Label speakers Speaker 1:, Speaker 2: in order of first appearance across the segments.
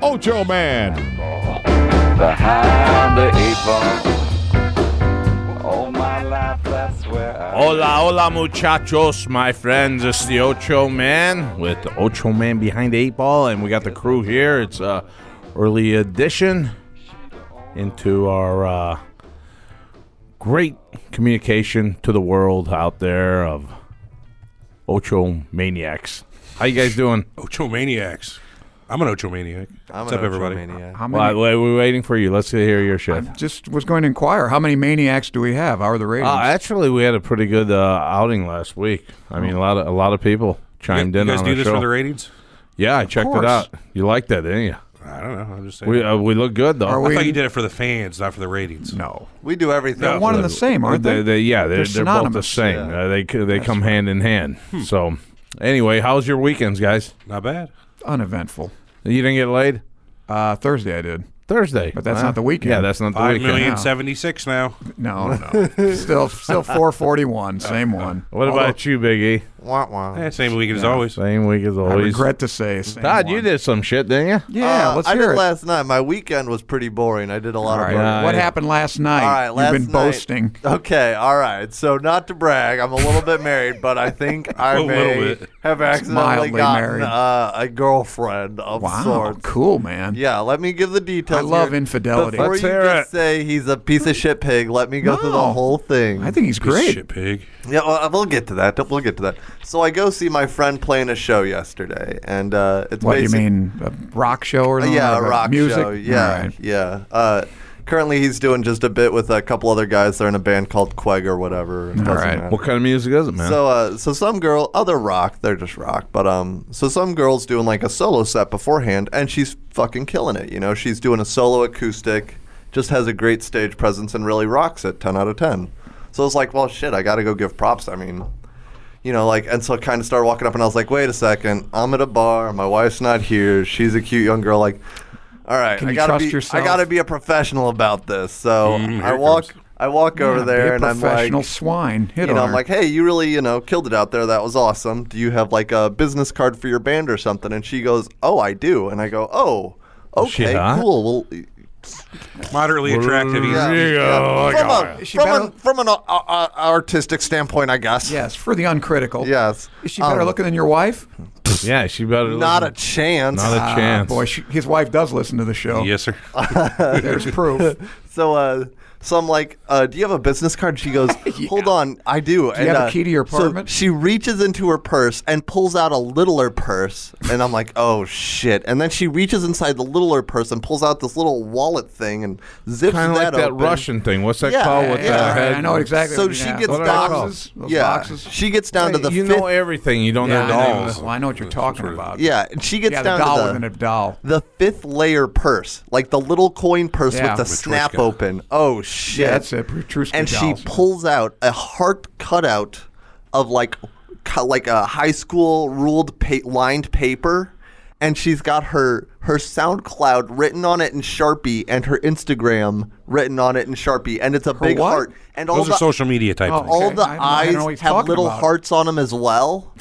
Speaker 1: Ocho Man.
Speaker 2: Behind the eight ball. All my life, that's where I.
Speaker 3: Hola, hola, muchachos, my friends. It's the Ocho Man with the Ocho Man behind the eight ball, and we got the crew here. It's a early edition into our uh, great communication to the world out there of Ocho Maniacs. How you guys doing?
Speaker 4: Ocho maniacs. I'm an Ocho maniac.
Speaker 5: I'm
Speaker 4: What's
Speaker 5: an
Speaker 4: up, everybody?
Speaker 5: Ultramaniac.
Speaker 6: How
Speaker 3: Well,
Speaker 6: many,
Speaker 3: we're waiting for you. Let's hear your shit.
Speaker 6: just was going to inquire, how many maniacs do we have? How are the ratings?
Speaker 3: Uh, actually, we had a pretty good uh, outing last week. I mean, a lot of a lot of people
Speaker 4: Oh. You,
Speaker 3: chimed
Speaker 4: you
Speaker 3: in.
Speaker 4: guys
Speaker 3: on
Speaker 4: do
Speaker 3: our
Speaker 4: this
Speaker 3: show.
Speaker 4: for the ratings?
Speaker 3: Yeah, I checked it
Speaker 6: course.
Speaker 3: out. You liked that, didn't you?
Speaker 4: I don't know. I'm just saying.
Speaker 3: We uh, we look good though.
Speaker 6: Are
Speaker 4: I
Speaker 6: we-
Speaker 4: thought you did it for the fans, not for the ratings.
Speaker 6: no.
Speaker 5: We do everything.
Speaker 4: No,
Speaker 6: One and the same, aren't
Speaker 3: They-
Speaker 6: they?
Speaker 3: they- yeah, they're,
Speaker 6: They're
Speaker 3: they're both the
Speaker 6: synonymous,
Speaker 3: same. Uh, they c- they come hand in hand.
Speaker 6: Hmm.
Speaker 3: So, anyway, how's your weekends, guys?
Speaker 4: Not bad.
Speaker 6: Uneventful.
Speaker 3: You didn't get laid
Speaker 6: Uh, Thursday I did.
Speaker 3: Thursday,
Speaker 6: But that's not the weekend.
Speaker 3: Yeah, that's not the
Speaker 4: Five
Speaker 3: weekend.
Speaker 4: million seventy-six now.
Speaker 6: No, no, no. still, still 441, same one.
Speaker 3: What about you, Biggie?
Speaker 5: Wah, wah.
Speaker 4: Eh, same weekend as always.
Speaker 3: Same week as
Speaker 6: I
Speaker 3: always.
Speaker 6: regret to say, same
Speaker 3: Todd, you
Speaker 6: one.
Speaker 3: did some shit, didn't you?
Speaker 6: Yeah,
Speaker 5: Uh,
Speaker 6: let's
Speaker 5: I
Speaker 6: hear
Speaker 5: did
Speaker 6: it.
Speaker 5: last night. My weekend was pretty boring. I did a lot
Speaker 6: All right,
Speaker 5: of.
Speaker 3: Yeah,
Speaker 6: what
Speaker 3: yeah.
Speaker 6: happened last night?
Speaker 5: All right, last
Speaker 6: You've been
Speaker 5: night- uh,
Speaker 6: boasting.
Speaker 5: Okay, all right. So not to brag, I'm a little bit married, but I think I
Speaker 4: A little
Speaker 5: may
Speaker 4: bit.
Speaker 5: have accidentally
Speaker 6: Mildly
Speaker 5: gotten
Speaker 6: married.
Speaker 5: uh, a girlfriend of
Speaker 6: Wow,
Speaker 5: sorts.
Speaker 6: cool, man.
Speaker 5: Yeah, let me give the details.
Speaker 6: I love
Speaker 5: here.
Speaker 6: infidelity.
Speaker 5: Before
Speaker 3: Let's
Speaker 5: you
Speaker 3: hear
Speaker 5: just
Speaker 3: it.
Speaker 5: say he's a piece of shit pig, let me go through the
Speaker 6: No.
Speaker 5: whole thing.
Speaker 6: I think he's
Speaker 4: Piece of
Speaker 6: great.
Speaker 4: Shit pig.
Speaker 5: Yeah, well, we'll get to that. We'll get to that. So I go see my friend playing a show yesterday, and uh, it's
Speaker 6: What do you
Speaker 5: basic-
Speaker 6: mean, a rock show or
Speaker 5: Uh,
Speaker 6: something?
Speaker 5: yeah, a
Speaker 6: Like
Speaker 5: rock
Speaker 6: music?
Speaker 5: show. Yeah,
Speaker 6: All right.
Speaker 5: yeah. Uh, currently, he's doing just a bit with a couple other guys. They're in a band called Queg or whatever. It doesn't
Speaker 6: right.
Speaker 5: matter.
Speaker 3: What kind of music is it, man?
Speaker 5: So, uh, so some girl, other rock, they're just rock, but um, so some girl's doing like a solo set beforehand, and she's fucking killing it. You know, she's doing a solo acoustic, just has a great stage presence and really rocks it, ten out of ten. So I was like, well, shit, I gotta go give props. I mean, you know, like, and so I kind of started walking up, and I was like, wait a second, I'm at a bar, my wife's not here, she's a cute young girl, like. All right,
Speaker 6: Can
Speaker 5: I
Speaker 6: you
Speaker 5: gotta
Speaker 6: trust
Speaker 5: be.
Speaker 6: yourself? Mm-hmm.
Speaker 5: I gotta be a professional about this. So
Speaker 4: Mm,
Speaker 5: I
Speaker 4: here it
Speaker 5: walk.
Speaker 4: comes.
Speaker 5: I walk over
Speaker 6: Yeah, be
Speaker 5: there,
Speaker 6: a
Speaker 5: and I'm like,
Speaker 6: professional swine. Hit
Speaker 5: you
Speaker 6: on
Speaker 5: know, I'm
Speaker 6: her.
Speaker 5: like, hey, you really, you know, killed it out there. That was awesome. Do you have like a business card for your band or something? And she goes, oh, I do. And I go, oh,
Speaker 3: she
Speaker 5: okay,
Speaker 3: hot?
Speaker 5: cool. Well,
Speaker 4: Moderately attractive.
Speaker 5: yeah,
Speaker 3: There you
Speaker 5: yeah.
Speaker 3: go.
Speaker 5: From, a,
Speaker 6: She
Speaker 5: from,
Speaker 6: better-
Speaker 5: an, from an uh, uh, artistic standpoint, I guess.
Speaker 6: yes, for the uncritical.
Speaker 5: Yes.
Speaker 6: Is she better
Speaker 5: Um,
Speaker 6: looking than your wife?
Speaker 3: yeah, she better.
Speaker 5: Not a
Speaker 3: listen-
Speaker 5: chance.
Speaker 3: not a chance.
Speaker 6: Ah, Boy, she, his wife does listen to the show.
Speaker 4: Yes, sir.
Speaker 6: There's proof.
Speaker 5: so, uh, so I'm like, uh, do you have a business card? She goes, hold on, I do. Do and,
Speaker 6: have a
Speaker 5: uh,
Speaker 6: key to your
Speaker 5: so
Speaker 6: apartment?
Speaker 5: she reaches into her purse and pulls out a littler purse, and I'm like, oh shit. And then she reaches inside the littler purse and pulls out this little wallet thing and zips
Speaker 3: kind of like
Speaker 5: that
Speaker 3: that
Speaker 5: open.
Speaker 3: Russian thing. What's that
Speaker 5: Yeah,
Speaker 3: called? With
Speaker 5: yeah,
Speaker 3: the
Speaker 5: yeah,
Speaker 6: all right,
Speaker 3: head?
Speaker 6: I know exactly.
Speaker 5: So
Speaker 6: what
Speaker 5: she
Speaker 6: you mean.
Speaker 5: gets
Speaker 6: What are they
Speaker 5: down.
Speaker 6: called? Those
Speaker 5: yeah,
Speaker 6: boxes.
Speaker 5: she gets down to the
Speaker 3: you
Speaker 5: fifth.
Speaker 3: know everything. You don't
Speaker 6: yeah,
Speaker 3: know
Speaker 6: I know.
Speaker 3: dolls.
Speaker 6: Well, I know what you're talking about.
Speaker 5: yeah, and she gets
Speaker 6: yeah, the
Speaker 5: down
Speaker 6: doll
Speaker 5: to
Speaker 6: within
Speaker 5: the,
Speaker 6: a doll.
Speaker 5: the fifth layer purse, like the little coin purse
Speaker 6: Yeah.
Speaker 5: with the
Speaker 6: With
Speaker 5: snap
Speaker 4: Drishka.
Speaker 5: open. Oh shit!
Speaker 6: Yeah, that's a Petrushka
Speaker 5: and she
Speaker 6: doll.
Speaker 5: pulls out a heart cutout of like cu- like a high school ruled pa- lined paper and she's got her her SoundCloud written on it in Sharpie and her Instagram written on it in Sharpie and it's a big
Speaker 6: what?
Speaker 5: heart and all
Speaker 4: Those
Speaker 5: the
Speaker 4: are social media type
Speaker 6: Oh,
Speaker 4: things.
Speaker 5: all
Speaker 6: Okay,
Speaker 5: the
Speaker 6: I don't- I don't
Speaker 5: eyes
Speaker 6: know what he's
Speaker 5: have
Speaker 6: talking
Speaker 5: little
Speaker 6: about.
Speaker 5: hearts on them as well.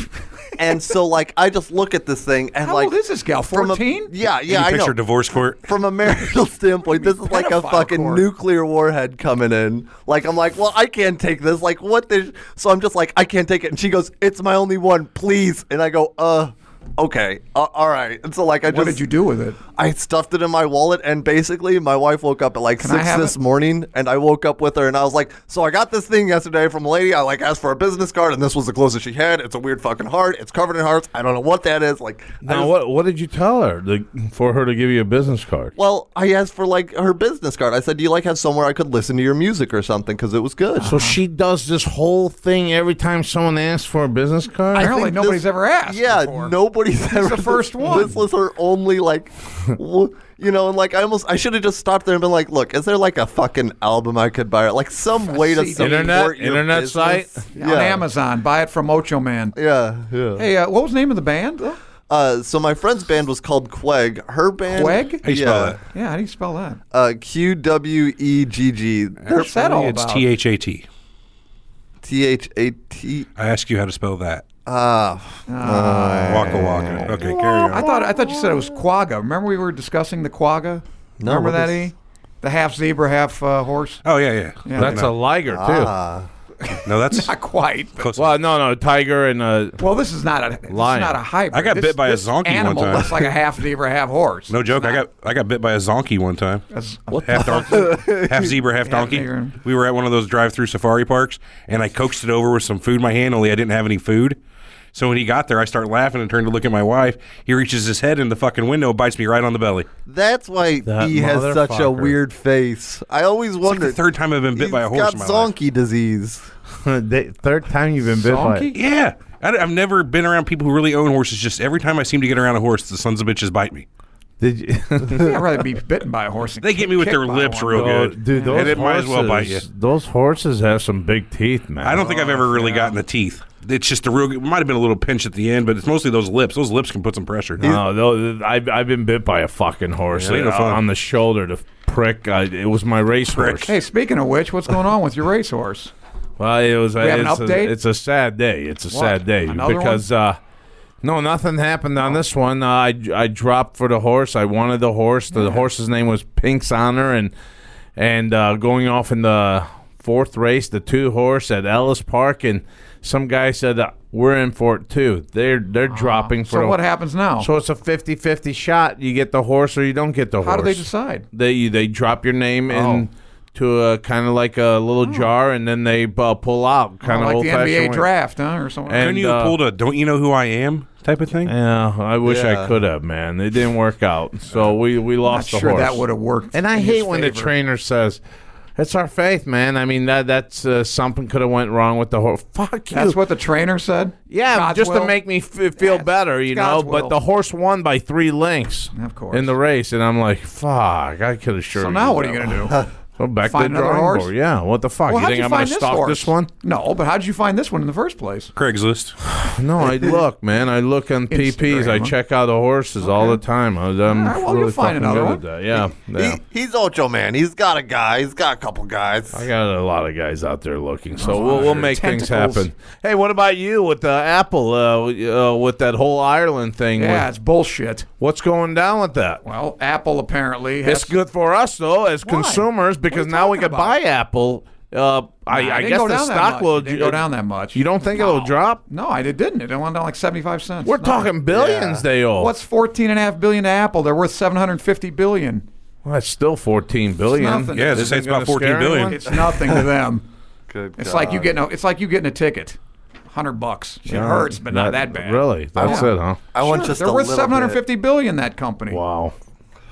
Speaker 5: and so like I just look at this thing and
Speaker 6: How
Speaker 5: like
Speaker 6: old is this gal?
Speaker 5: from a-
Speaker 6: 14?
Speaker 4: Can
Speaker 5: Yeah, yeah, I
Speaker 4: you
Speaker 5: know
Speaker 4: picture divorce court.
Speaker 5: from a marital standpoint, this is like a
Speaker 6: pedophile
Speaker 5: fucking
Speaker 6: court.
Speaker 5: nuclear warhead coming in. Like I'm like, well, I can't take this. Like what the? So I'm just like, I can't take it. And she goes, "It's my only one, please." And I go, "Uh, okay, uh, all right." And so like I
Speaker 6: What
Speaker 5: just
Speaker 6: did you do with it?
Speaker 5: I stuffed it in my wallet, and basically my wife woke up at like
Speaker 6: I
Speaker 5: six
Speaker 6: have
Speaker 5: this
Speaker 6: it?
Speaker 5: morning, and I woke up with her, and I was like, "So I got this thing yesterday from a lady. I like asked for a business card, and this was the closest she had. It's a weird fucking heart. It's covered in hearts. I don't know what that is. Like I
Speaker 3: Now,
Speaker 5: just-
Speaker 3: what what did you tell her to, for her to give you a business card?
Speaker 5: Well, I asked for like her business card. I said, "Do you like have somewhere I could listen to your music or something?" Because it was good.
Speaker 3: So she does this whole thing every time someone asks for a business card.
Speaker 6: Apparently,
Speaker 5: think
Speaker 6: nobody's
Speaker 5: this-
Speaker 6: ever asked.
Speaker 5: yeah,
Speaker 6: before.
Speaker 5: nobody's ever.
Speaker 6: the first one.
Speaker 5: This was her only like. w- You know, and like I almost I should have just stopped there and been like, look, is there like a fucking album I could buy? Or like some way to support
Speaker 3: Internet-
Speaker 5: your
Speaker 3: internet
Speaker 5: business?
Speaker 3: site?
Speaker 5: Yeah.
Speaker 6: On Amazon, buy it from Ocho Man.
Speaker 5: Yeah, yeah.
Speaker 6: Hey, uh, what was the name of the band?
Speaker 5: Uh, so my friend's band was called Queg. Her band,
Speaker 6: Queg? How
Speaker 4: you spell that?
Speaker 6: Yeah, how do you spell that?
Speaker 5: Uh, Q W E G G. They're
Speaker 6: What's that all
Speaker 4: it's
Speaker 6: about?
Speaker 4: T H A T.
Speaker 5: T H A T.
Speaker 4: I ask you how to spell that.
Speaker 5: Ah,
Speaker 4: Waka waka. Okay, carry
Speaker 6: I
Speaker 4: on.
Speaker 6: thought I thought you said it was quagga. Remember we were discussing the quagga?
Speaker 5: No,
Speaker 6: Remember
Speaker 5: what
Speaker 6: that
Speaker 5: is-
Speaker 6: E? The half zebra, half uh, horse?
Speaker 4: Oh yeah, yeah.
Speaker 3: That's a liger, too. Ah.
Speaker 4: No, that's
Speaker 6: Not quite. but-
Speaker 4: close.
Speaker 3: Well, no, no, tiger and uh,
Speaker 6: well, this is not a this is
Speaker 3: Lion.
Speaker 6: not a hybrid.
Speaker 4: I got
Speaker 6: This-
Speaker 4: bit by a
Speaker 6: this
Speaker 4: zonkey one
Speaker 6: animal
Speaker 4: time.
Speaker 6: looks like a half zebra, half horse.
Speaker 4: no joke. I got I got bit by a zonkey one time. half donkey, half zebra, half donkey.
Speaker 6: nigger.
Speaker 4: We were at one of those drive-through safari parks, and I coaxed it over with some food in my hand. Only I didn't have any food. So when he got there, I start laughing and turned to look at my wife. He reaches his head in the fucking window, bites me right on the belly.
Speaker 5: that's why
Speaker 3: That
Speaker 5: he has such a
Speaker 3: motherfucker.
Speaker 5: weird face. I always
Speaker 4: It's like
Speaker 5: wondered.
Speaker 4: the third time I've been bit
Speaker 5: He's
Speaker 4: by a horse.
Speaker 5: got
Speaker 4: in my life.
Speaker 5: zonky disease.
Speaker 3: third time you've been bit
Speaker 6: Donkey?
Speaker 4: Yeah. I, have never been around people who really own horses. Just every time I seem to get around a horse, the sons of bitches bite me.
Speaker 7: Did you?
Speaker 6: Yeah, I'd rather be bitten by a horse. than
Speaker 4: They get me with
Speaker 6: kicked
Speaker 4: their
Speaker 6: by
Speaker 4: lips
Speaker 6: one.
Speaker 4: real good.
Speaker 7: Dude, those
Speaker 4: and it might as well bite you.
Speaker 3: horses- Those horses have some big teeth, man.
Speaker 4: I don't think I've ever really gotten the teeth. It's just the real. It might have been a little pinch at the end, but it's mostly those lips. Those lips can put some pressure.
Speaker 3: No, though I've I've been bit by a fucking horse
Speaker 4: Yeah, ain't no
Speaker 3: uh,
Speaker 4: fun.
Speaker 3: on the shoulder. The prick. I, it was my race horse.
Speaker 6: Hey, speaking of which, what's going on with your racehorse?
Speaker 3: Well, it was.
Speaker 6: have an
Speaker 3: it's,
Speaker 6: update?
Speaker 3: A, it's a sad day. It's a sad day
Speaker 6: Another
Speaker 3: because uh, no, nothing happened on this one. Uh, I I dropped for the horse. I wanted the horse. The horse's name was Pink's Honor, and and uh, going off in the fourth race, the two horse at Ellis Park, and some guy said uh, we're in for it too. They're they're dropping for
Speaker 6: Uh-huh. So
Speaker 3: the,
Speaker 6: what happens now?
Speaker 3: So it's a 50-50 shot. You get the horse or you don't get the
Speaker 6: How
Speaker 3: horse.
Speaker 6: do they decide?
Speaker 3: They they drop your name
Speaker 6: Oh.
Speaker 3: in to a kind of like a little jar, and then they uh, pull out, kind of
Speaker 6: like
Speaker 3: old
Speaker 6: the NBA draft, huh, or something?
Speaker 3: And-
Speaker 4: Couldn't you have
Speaker 3: uh,
Speaker 4: pulled a "Don't you know who I am" type of thing?
Speaker 3: Yeah, I wish I
Speaker 5: Yeah.
Speaker 3: could have, man. It didn't work out, so we we
Speaker 6: I'm not
Speaker 3: lost the
Speaker 6: sure
Speaker 3: horse.
Speaker 6: that would have worked.
Speaker 3: and I
Speaker 6: in
Speaker 3: hate
Speaker 6: his
Speaker 3: when the
Speaker 6: favor.
Speaker 3: trainer says. It's our faith, man. I mean, that that's uh, something could have went wrong with the horse. Fuck you.
Speaker 6: That's what the trainer said.
Speaker 3: Yeah,
Speaker 6: God's
Speaker 3: just to
Speaker 6: will?
Speaker 3: make me f- feel
Speaker 6: it's-
Speaker 3: better, you
Speaker 6: it's God's
Speaker 3: know.
Speaker 6: will.
Speaker 3: But the horse won by three lengths,
Speaker 6: Of course.
Speaker 3: in the race, and I'm like, fuck, I could have sure.
Speaker 6: So now what are you gonna do?
Speaker 3: So back
Speaker 6: Find
Speaker 3: to the
Speaker 6: another
Speaker 3: drawing
Speaker 6: horse?
Speaker 3: board. Yeah, what the fuck?
Speaker 6: well,
Speaker 3: you
Speaker 6: how'd
Speaker 3: think
Speaker 6: you
Speaker 3: I'm gonna
Speaker 6: find this
Speaker 3: stalk
Speaker 6: horse?
Speaker 3: this one?
Speaker 6: No, but how'd you find this one in the first place?
Speaker 4: Craigslist.
Speaker 3: No, I look, man. I look on PPs. I
Speaker 6: Instagram, huh?
Speaker 3: check out the horses all the time. I, am
Speaker 6: right, well, you'll
Speaker 3: really
Speaker 6: find
Speaker 3: fucking
Speaker 6: another
Speaker 3: good
Speaker 6: one.
Speaker 3: at that. Yeah, yeah.
Speaker 5: He, he's Ocho Man. He's got a guy. He's got a couple guys.
Speaker 3: I got a lot of guys out there looking, so we'll, we'll make things
Speaker 6: Tentacles.
Speaker 3: happen. Hey, what about you with uh, Apple? Uh, uh, with that whole Ireland thing?
Speaker 6: Yeah,
Speaker 3: With,
Speaker 6: it's bullshit.
Speaker 3: what's going down with that?
Speaker 6: Well, Apple apparently has
Speaker 3: It's good for us though, as
Speaker 6: Why?
Speaker 3: consumers,
Speaker 6: What are
Speaker 3: because
Speaker 6: you
Speaker 3: now we
Speaker 6: talking
Speaker 3: can buy Apple. Uh, I,
Speaker 6: Nah,
Speaker 3: I
Speaker 6: it didn't
Speaker 3: guess
Speaker 6: go
Speaker 3: the
Speaker 6: down that
Speaker 3: stock
Speaker 6: much.
Speaker 3: will
Speaker 6: It didn't go down that much.
Speaker 3: You don't think it'll
Speaker 6: No.
Speaker 3: drop?
Speaker 6: No, I it didn't. It went down like seventy-five cents.
Speaker 3: We're
Speaker 6: No.
Speaker 3: talking billions they owe.
Speaker 6: What's fourteen and a half billion to Apple? They're worth seven hundred fifty billion.
Speaker 3: well, that's still fourteen billion.
Speaker 6: nothing.
Speaker 4: Yeah, they
Speaker 3: Isn't
Speaker 4: say it's
Speaker 3: gonna
Speaker 4: about
Speaker 3: scare
Speaker 4: 14 billion.
Speaker 3: anyone?
Speaker 6: It's nothing to them.
Speaker 5: Good
Speaker 6: It's
Speaker 5: God.
Speaker 6: like you getting a, it's like you getting a ticket, hundred bucks. It hurts, but not that bad.
Speaker 3: Really? That's
Speaker 6: Yeah.
Speaker 3: it, huh?
Speaker 5: I want just
Speaker 6: They're
Speaker 5: a
Speaker 6: worth
Speaker 5: little
Speaker 6: seven hundred
Speaker 5: bit.
Speaker 6: fifty billion. That company.
Speaker 3: Wow.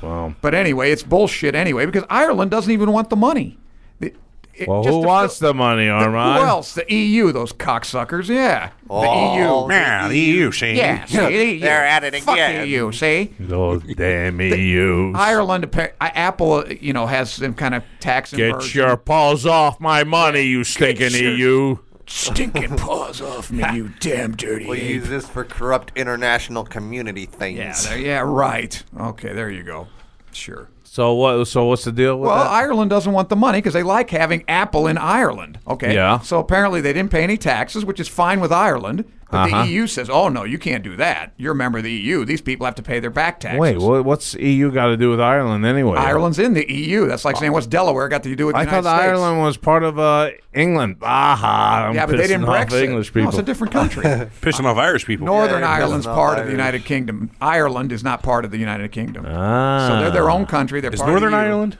Speaker 3: Wow.
Speaker 6: But anyway, it's bullshit anyway because Ireland doesn't even want the money. The- it-
Speaker 3: Well,
Speaker 6: just
Speaker 3: who
Speaker 6: to
Speaker 3: wants
Speaker 6: fill-
Speaker 3: the money, Armand?
Speaker 6: Who else? The EU, those cocksuckers. Yeah, the EU.
Speaker 4: Man, you see.
Speaker 6: Yeah, see, the EU.
Speaker 5: Oh, They're at it
Speaker 6: Fuck
Speaker 5: again.
Speaker 6: the EU. See,
Speaker 3: Those Oh, damn E EUs.
Speaker 6: Ireland, appa- I- Apple, uh, you know, has some kind of tax.
Speaker 3: Get
Speaker 6: inversion.
Speaker 3: your paws off my money, you stinking E
Speaker 6: your-
Speaker 3: EU.
Speaker 6: stinking paws off me, you damn dirty.
Speaker 5: We
Speaker 6: ape.
Speaker 5: use this for corrupt international community things.
Speaker 6: Yeah, there- yeah, right. Okay, there you go. Sure.
Speaker 3: So what? So what's the deal with
Speaker 6: Well,
Speaker 3: that?
Speaker 6: Ireland doesn't want the money because they like having Apple in Ireland. Okay.
Speaker 3: Yeah.
Speaker 6: So apparently they didn't pay any taxes, which is fine with Ireland. But
Speaker 3: Uh-huh.
Speaker 6: the EU says, oh, no, you can't do that. You're a member of the EU. These people have to pay their back taxes.
Speaker 3: Wait, what, what's EU got to do with Ireland anyway?
Speaker 6: Ireland's in the EU. That's like saying, what's Delaware got to do with the
Speaker 3: I
Speaker 6: United
Speaker 3: thought
Speaker 6: States?
Speaker 3: Ireland was part of uh, England. Aha! I'm
Speaker 6: yeah, but they didn't
Speaker 3: pissing off
Speaker 6: Brexit.
Speaker 3: English
Speaker 6: No,
Speaker 3: people.
Speaker 6: it's a different country.
Speaker 4: Pissing off Irish people.
Speaker 6: Northern
Speaker 5: Yeah, it
Speaker 6: Ireland's
Speaker 5: doesn't
Speaker 6: part of
Speaker 5: Irish.
Speaker 6: the United Kingdom. Ireland is not part of the United Kingdom.
Speaker 3: Ah.
Speaker 6: So they're their own country. They're
Speaker 4: Is
Speaker 6: part of the E
Speaker 4: Northern
Speaker 6: EU.
Speaker 4: Ireland?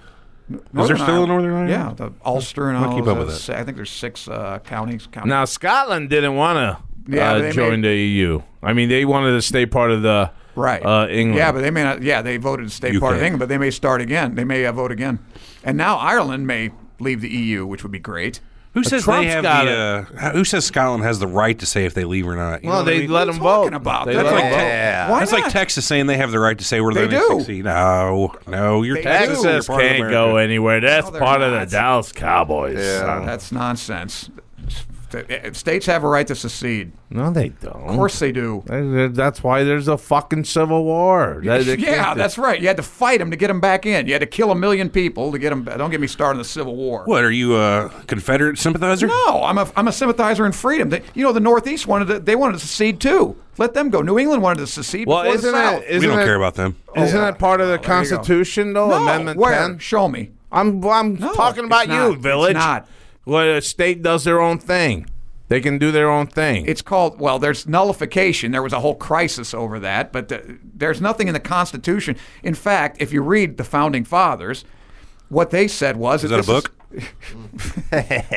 Speaker 4: Is there still a Northern Ireland?
Speaker 6: Yeah, the Ulster and
Speaker 4: I'll
Speaker 6: all.
Speaker 4: keep
Speaker 6: those,
Speaker 4: up with
Speaker 6: uh,
Speaker 4: it.
Speaker 6: si- I think there's six uh, counties. counties.
Speaker 3: Now Scotland didn't want to
Speaker 6: Yeah, but
Speaker 3: uh,
Speaker 6: they
Speaker 3: join
Speaker 6: made-
Speaker 3: the EU. I mean, they wanted to stay part of the
Speaker 6: right?
Speaker 3: uh, England.
Speaker 6: Yeah, but they may not. Yeah, they voted to stay part of
Speaker 4: UK.
Speaker 6: England, but they may start again. They may uh, vote again, and now Ireland may leave the EU, E which would be great.
Speaker 4: Who says
Speaker 3: Trump's
Speaker 4: they have
Speaker 3: got
Speaker 4: the? Uh, who says Scotland has the right to say if they leave or not? You
Speaker 3: Well,
Speaker 4: know what I
Speaker 3: they
Speaker 4: mean?
Speaker 3: let
Speaker 6: What are
Speaker 3: them
Speaker 6: you
Speaker 3: vote.
Speaker 6: talking about?
Speaker 3: They
Speaker 6: That's
Speaker 3: let
Speaker 6: like
Speaker 3: 'em vote.
Speaker 5: Yeah.
Speaker 6: Why
Speaker 4: That's like
Speaker 6: not?
Speaker 4: Texas saying they have the right to say where
Speaker 6: They
Speaker 4: they're going to
Speaker 6: do.
Speaker 4: succeed. No, no, you're
Speaker 6: They
Speaker 4: Texas.
Speaker 6: do.
Speaker 4: You're
Speaker 3: Texas
Speaker 4: part of
Speaker 3: can't
Speaker 4: America.
Speaker 3: go anywhere. That's
Speaker 6: No, they're
Speaker 3: part of the
Speaker 6: not.
Speaker 3: Dallas Cowboys.
Speaker 5: Yeah.
Speaker 3: son.
Speaker 6: That's nonsense. eh, States have a right to secede.
Speaker 3: No, they don't.
Speaker 4: Mm.
Speaker 6: Of course they do.
Speaker 3: That's why there's a fucking civil war. That- they
Speaker 6: Yeah,
Speaker 3: can't-
Speaker 6: that's right. You had to fight them to get them back in. You had to kill a million people to get them. Don't get me started on the Civil War.
Speaker 4: What are you a Confederate sympathizer?
Speaker 6: No, I'm a, I'm a sympathizer in freedom. They, you know, the Northeast wanted to, they wanted to secede too. Let them go. New England wanted to secede.
Speaker 3: Well,
Speaker 6: before
Speaker 3: isn't
Speaker 6: the South.
Speaker 3: it?
Speaker 4: we
Speaker 3: Isn't
Speaker 4: don't
Speaker 3: it-
Speaker 4: care about them.
Speaker 3: Isn't
Speaker 6: Oh,
Speaker 3: that part of the Constitution, though?
Speaker 6: no,
Speaker 3: Amendment
Speaker 6: where?
Speaker 3: 10?
Speaker 6: Show me.
Speaker 3: I'm, I'm
Speaker 6: No,
Speaker 3: talking
Speaker 6: it's
Speaker 3: about
Speaker 6: not.
Speaker 3: you, Village.
Speaker 6: It's not.
Speaker 3: Well, the state does their own thing. They can do their own thing.
Speaker 6: It's called well. There's nullification. There was a whole crisis over that, but uh, there's nothing in the Constitution. In fact, if you read the founding fathers, what they said was
Speaker 4: Is that a
Speaker 6: this
Speaker 4: book?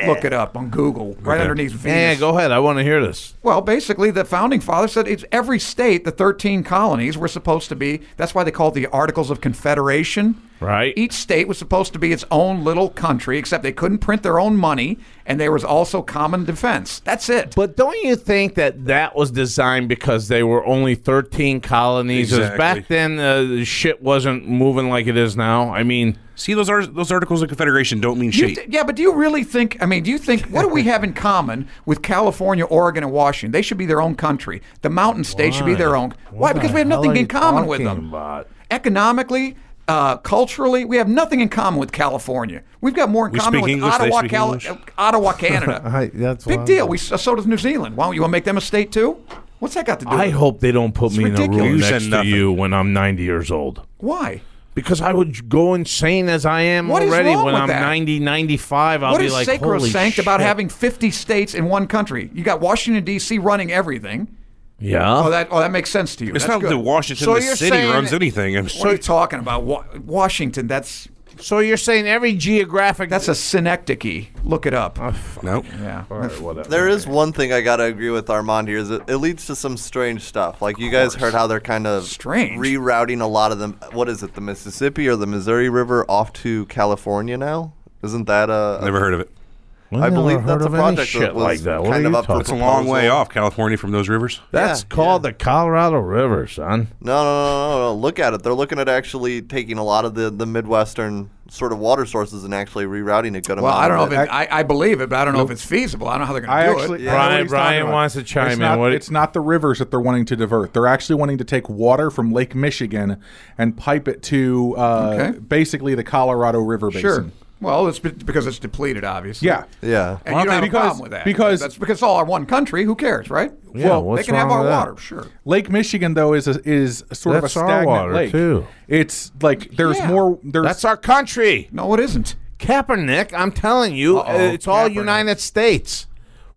Speaker 6: look it up on Google, right
Speaker 4: Okay.
Speaker 6: underneath Venus.
Speaker 3: yeah, go ahead. I want to hear this.
Speaker 6: Well, basically, the founding fathers said it's every state, the 13 colonies, were supposed to be. That's why they called it the Articles of Confederation.
Speaker 3: Right.
Speaker 6: Each state was supposed to be its own little country, except they couldn't print their own money, and there was also common defense. That's it.
Speaker 3: But don't you think that that was designed because they were only 13 colonies? 'Cause
Speaker 4: Exactly.
Speaker 3: Back then, uh, the shit wasn't moving like it is now. I mean,
Speaker 4: See those are those articles of confederation don't mean
Speaker 6: You
Speaker 4: shit.
Speaker 6: th- yeah, but do you really think? I mean, do you think what do we have in common with California, Oregon, and Washington? They should be their own country. The mountain states should be their own. Why?
Speaker 3: What
Speaker 6: Because
Speaker 3: the
Speaker 6: we have
Speaker 3: hell
Speaker 6: nothing
Speaker 3: are
Speaker 6: in
Speaker 3: you
Speaker 6: common with
Speaker 3: talking
Speaker 6: them.
Speaker 3: about?
Speaker 6: Economically, uh, culturally, we have nothing in common with California. We've got more in
Speaker 4: We
Speaker 6: common
Speaker 4: speak
Speaker 6: with
Speaker 4: English, they
Speaker 6: Ottawa,
Speaker 4: speak
Speaker 6: Cali-
Speaker 4: English.
Speaker 6: uh, Ottawa, Canada.
Speaker 3: that's
Speaker 6: Big deal. We uh, so so does New Zealand. Why don't you want to make them a state too? What's that got to do?
Speaker 3: I
Speaker 6: with it?
Speaker 3: hope they don't put me in a
Speaker 6: ridiculous.
Speaker 3: room
Speaker 4: You said
Speaker 3: next to
Speaker 4: nothing.
Speaker 3: you when I'm 90 years old.
Speaker 6: Why?
Speaker 3: Because I would go insane as I am
Speaker 6: What is
Speaker 3: already
Speaker 6: wrong
Speaker 3: when
Speaker 6: with
Speaker 3: I'm
Speaker 6: that?
Speaker 3: ninety, ninety-five. 90, 95. I'll
Speaker 6: what
Speaker 3: be
Speaker 6: is
Speaker 3: like, Holy
Speaker 6: sacrosanct about
Speaker 3: shit."
Speaker 6: having 50 states in one country? You got Washington D.C. running everything.
Speaker 3: Yeah.
Speaker 6: Oh, that oh that makes sense to you.
Speaker 4: It's
Speaker 6: That's
Speaker 4: not
Speaker 6: good.
Speaker 4: that Washington
Speaker 3: So
Speaker 4: the
Speaker 3: you're
Speaker 4: city
Speaker 3: saying-
Speaker 4: runs anything. I'm
Speaker 6: What are
Speaker 4: sorry.
Speaker 6: you talking about? Wa- Washington. That's
Speaker 3: so you're saying every geographic.
Speaker 6: that's a synecdoche. Look it up.
Speaker 4: no.
Speaker 6: yeah.
Speaker 5: There is one thing I gotta agree with Armand here is it, it leads to some strange stuff. Like you guys heard how they're kind of
Speaker 6: Strange.
Speaker 5: rerouting a lot of them. What is it, the Mississippi or the Missouri River off to California now? Isn't that a?
Speaker 4: Never heard of it.
Speaker 5: I believe that's a project
Speaker 3: shit
Speaker 5: that was
Speaker 3: like that. What
Speaker 5: kind
Speaker 3: are
Speaker 5: of
Speaker 3: you
Speaker 5: up for
Speaker 3: talking
Speaker 4: It's a long way
Speaker 5: Proposal.
Speaker 4: off California from those rivers.
Speaker 3: That's
Speaker 5: Yeah,
Speaker 3: called the Colorado River, son.
Speaker 5: No, no, no, no, no. Look at it. They're looking at actually taking a lot of the, the midwestern sort of water sources and actually rerouting a good
Speaker 6: Well, I
Speaker 5: amount.
Speaker 6: don't know
Speaker 5: of
Speaker 6: if it, I, I believe it, but I don't know if it's feasible. I don't know how they're going
Speaker 7: I
Speaker 6: to do
Speaker 7: actually
Speaker 6: it.
Speaker 7: I know what
Speaker 3: Brian-
Speaker 7: he's
Speaker 3: Brian
Speaker 7: talking about.
Speaker 3: wants to chime
Speaker 7: it's
Speaker 3: in.
Speaker 7: Not,
Speaker 3: What-
Speaker 7: it's not the rivers that they're wanting to divert. They're actually wanting to take water from Lake Michigan and pipe it to uh,
Speaker 6: Okay.
Speaker 7: basically the Colorado River basin.
Speaker 6: Sure. Well, it's be- because it's depleted, obviously.
Speaker 7: Yeah.
Speaker 5: Yeah.
Speaker 6: And
Speaker 7: Well,
Speaker 6: you don't have
Speaker 7: because-
Speaker 6: a problem with that
Speaker 7: because-
Speaker 6: that's because it's all our one country. Who cares, right?
Speaker 3: Yeah,
Speaker 6: well,
Speaker 3: what's
Speaker 6: they can have
Speaker 3: wrong
Speaker 6: our
Speaker 3: with that?
Speaker 6: water, sure.
Speaker 7: Lake Michigan though is a, is sort
Speaker 3: That's
Speaker 7: of
Speaker 3: our
Speaker 7: a stagnant
Speaker 3: water,
Speaker 7: lake.
Speaker 3: too.
Speaker 7: It's like there's
Speaker 6: Yeah.
Speaker 7: more. There's
Speaker 3: That's our country.
Speaker 6: No, it isn't.
Speaker 3: Kaepernick, I'm telling you, uh,
Speaker 6: Uh-oh,
Speaker 3: it's all
Speaker 6: Kaepernick.
Speaker 3: United States.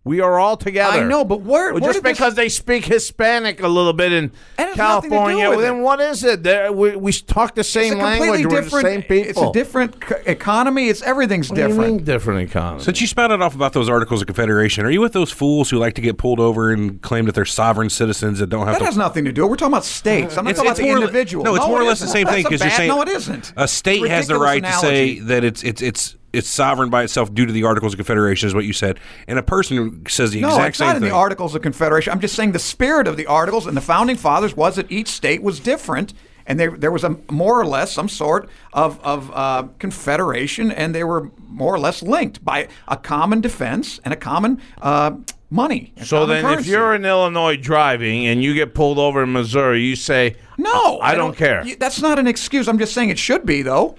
Speaker 3: We We are all together.
Speaker 6: I know, but where-
Speaker 3: Well,
Speaker 6: where
Speaker 3: just
Speaker 6: did this-
Speaker 3: because they speak Hispanic a little bit in
Speaker 6: That has nothing to do
Speaker 3: California,
Speaker 6: with
Speaker 3: then
Speaker 6: it.
Speaker 3: what is it? There, we, we talk the
Speaker 6: It's
Speaker 3: same
Speaker 6: a completely
Speaker 3: language. We're the
Speaker 6: different.
Speaker 3: same people.
Speaker 6: It's a different c- economy. It's everything's
Speaker 3: What do you
Speaker 6: different.
Speaker 3: mean different economy.
Speaker 4: Since you spouted off about those articles of confederation, are you with those fools who like to get pulled over and claim that they're sovereign citizens that don't have to
Speaker 6: That has nothing to do. We're talking about states. I'm not
Speaker 4: It's-
Speaker 6: talking
Speaker 4: it's
Speaker 6: about the
Speaker 4: more or le-
Speaker 6: individual.
Speaker 4: no, it's more
Speaker 6: it
Speaker 4: or less the
Speaker 6: isn't.
Speaker 4: same
Speaker 6: That's
Speaker 4: thing,
Speaker 6: a
Speaker 4: 'cause you're
Speaker 6: bad-
Speaker 4: saying-
Speaker 6: no, it isn't.
Speaker 4: A state has the
Speaker 6: Ridiculous
Speaker 4: right to say
Speaker 6: analogy.
Speaker 4: that it's it's it's it's sovereign by itself due to the Articles of Confederation, is what you said. And a person says the
Speaker 6: No,
Speaker 4: exact
Speaker 6: it's
Speaker 4: same
Speaker 6: not in
Speaker 4: thing.
Speaker 6: the Articles of Confederation. I'm just saying the spirit of the Articles and the founding fathers was that each state was different, and there there was a more or less some sort of of uh, confederation, and they were more or less linked by a common defense and a common uh, money. a
Speaker 3: so
Speaker 6: common
Speaker 3: then, if
Speaker 6: currency.
Speaker 3: you're in Illinois driving and you get pulled over in Missouri, you say,
Speaker 6: no,
Speaker 3: I, don't, care."
Speaker 6: you- That's not an excuse. I'm just saying it should be though.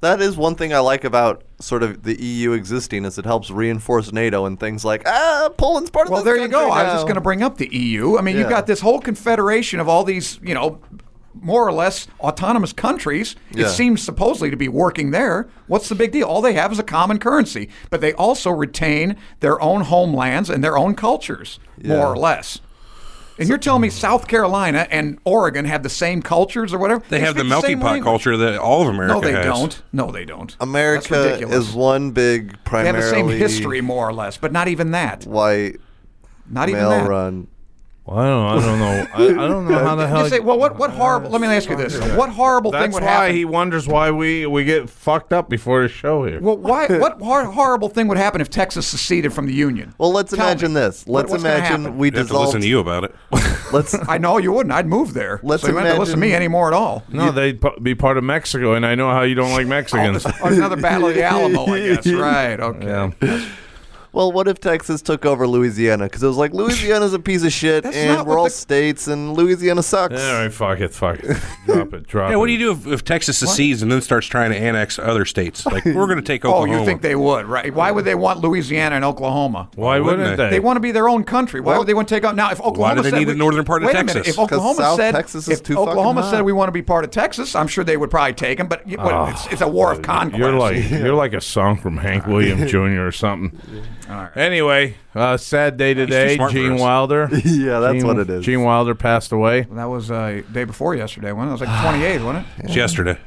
Speaker 5: That is one thing I like about sort of the EU existing is it helps reinforce NATO and things like ah Poland's part of
Speaker 6: Well,
Speaker 5: this
Speaker 6: there you go.
Speaker 5: country
Speaker 6: I was just
Speaker 5: now."
Speaker 6: going to bring up the EU. I mean, you've
Speaker 5: Yeah.
Speaker 6: got this whole confederation of all these, you know, more or less autonomous countries.
Speaker 5: Yeah.
Speaker 6: It seems supposedly to be working there. What's the big deal? All they have is a common currency, but they also retain their own homelands and their own cultures, more or less. And you're telling me South Carolina and Oregon have the same cultures or whatever?
Speaker 4: they have the
Speaker 6: speak
Speaker 4: melting
Speaker 6: same
Speaker 4: pot
Speaker 6: language.
Speaker 4: culture that all of America
Speaker 6: No, they
Speaker 4: has.
Speaker 6: don't. No, they don't. That's
Speaker 5: America
Speaker 6: ridiculous.
Speaker 5: is one big
Speaker 6: They have the
Speaker 5: primarily
Speaker 6: same history, more or less, but not even that.
Speaker 5: white
Speaker 6: Not even
Speaker 5: male
Speaker 6: that.
Speaker 5: run
Speaker 3: Well, I don't, I don't know. I, I don't know how the hell.
Speaker 4: Oh,
Speaker 6: Just say, well, what, what horrible? Let me ask you this: What horrible
Speaker 3: That's
Speaker 6: thing would
Speaker 3: why
Speaker 6: happen?
Speaker 3: he wonders why we we get fucked up before the show here.
Speaker 6: well, why? What hor- horrible thing would happen if Texas seceded from the Union?
Speaker 5: Well, let's
Speaker 6: Tell
Speaker 5: imagine
Speaker 6: me.
Speaker 5: this.
Speaker 6: What-
Speaker 5: Let's
Speaker 6: what's gonna
Speaker 5: imagine
Speaker 6: happen?
Speaker 5: we
Speaker 4: have to
Speaker 5: dissolve.
Speaker 4: listen to you about it.
Speaker 5: Let's
Speaker 6: I know you wouldn't. I'd move there.
Speaker 5: Let's
Speaker 6: so you wouldn't have to listen to me
Speaker 5: imagine-
Speaker 6: anymore at all.
Speaker 3: no, they'd pu- be part of Mexico, and I know how you don't like Mexicans.
Speaker 6: Oh, another Battle of the Alamo, I guess. Right. Okay.
Speaker 3: yeah.
Speaker 5: Well, what if Texas took over Louisiana? Because it was like Louisiana's a piece of shit,
Speaker 6: That's
Speaker 5: and
Speaker 6: not
Speaker 5: we're
Speaker 6: what
Speaker 5: all
Speaker 6: the-
Speaker 5: states, and Louisiana sucks.
Speaker 3: All right, fuck it, fuck it, drop it, drop it.
Speaker 4: Yeah, what do you do if, if Texas secedes and then starts trying to annex other states? Like we're going to take Oklahoma.
Speaker 6: Oh, you think they would, right? Why would they want Louisiana and Oklahoma?
Speaker 3: Why wouldn't they?
Speaker 6: They want to be their own country. Why would they want to take out now? If Oklahoma
Speaker 4: do they
Speaker 6: said
Speaker 4: need
Speaker 6: we-
Speaker 4: the northern part of
Speaker 6: wait A
Speaker 4: Texas?
Speaker 6: minute, if
Speaker 4: 'Cause
Speaker 6: Oklahoma
Speaker 5: South
Speaker 6: said
Speaker 5: Texas is
Speaker 6: if
Speaker 5: too fucking
Speaker 6: Oklahoma
Speaker 5: hot.
Speaker 6: said we want to be part of Texas, I'm sure they would probably take them. But, but
Speaker 4: Ah.
Speaker 6: it's, it's a war of conquest.
Speaker 3: You're like you're like a song from Hank Williams Jr. or something. Anyway, uh, sad day today.
Speaker 4: smart for
Speaker 3: Gene
Speaker 4: us.
Speaker 3: Wilder.
Speaker 5: Yeah, that's
Speaker 3: Gene-
Speaker 5: what it is.
Speaker 3: Gene Wilder passed away.
Speaker 6: that was uh, day before yesterday. When it was like 28th, wasn't it?
Speaker 4: It's yesterday.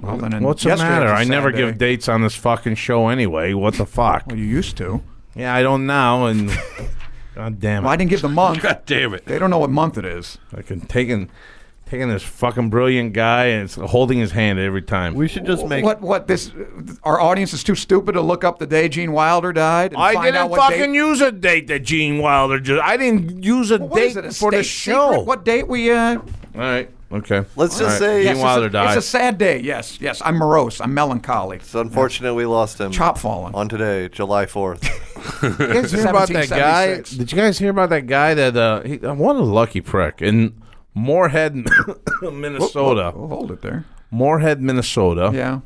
Speaker 6: Well, then in-
Speaker 3: What's the
Speaker 6: yesterday
Speaker 3: matter?
Speaker 6: was a
Speaker 3: I
Speaker 6: sad
Speaker 3: never
Speaker 6: day.
Speaker 3: give dates on this fucking show anyway. What the fuck?
Speaker 6: Well, you used to.
Speaker 3: yeah, I don't now, and God damn it,
Speaker 6: Well, I didn't give the month.
Speaker 4: God damn it!
Speaker 6: They don't know what month it is.
Speaker 3: I can taking taking this fucking brilliant guy and it's holding his hand every time.
Speaker 5: We should just make.
Speaker 6: What? What? This? Our audience is too stupid to look up the day Gene Wilder died. And
Speaker 3: I
Speaker 6: find out
Speaker 3: didn't
Speaker 6: what date-
Speaker 3: fucking use a date that Gene Wilder just. I didn't use a
Speaker 6: Well, what
Speaker 3: date
Speaker 6: is it, a
Speaker 3: for the
Speaker 6: state
Speaker 3: show.
Speaker 6: secret? What date we? Uh,
Speaker 3: All right. Okay.
Speaker 5: Let's
Speaker 3: All
Speaker 5: just say-
Speaker 3: Gene
Speaker 5: Yes,
Speaker 3: Wilder
Speaker 6: it's, a,
Speaker 3: died.
Speaker 6: it's a sad day. Yes, yes. I'm morose. I'm melancholy.
Speaker 5: It's unfortunate we lost him.
Speaker 6: Chop fallen.
Speaker 5: on today, July fourth.
Speaker 3: you guys hear about that guy?
Speaker 6: 1776.
Speaker 3: Did you guys hear about that guy that uh, he, uh, what a lucky prick in Moorhead, Minnesota.
Speaker 6: Oh, hold it there.
Speaker 3: Moorhead, Minnesota.
Speaker 6: Yeah.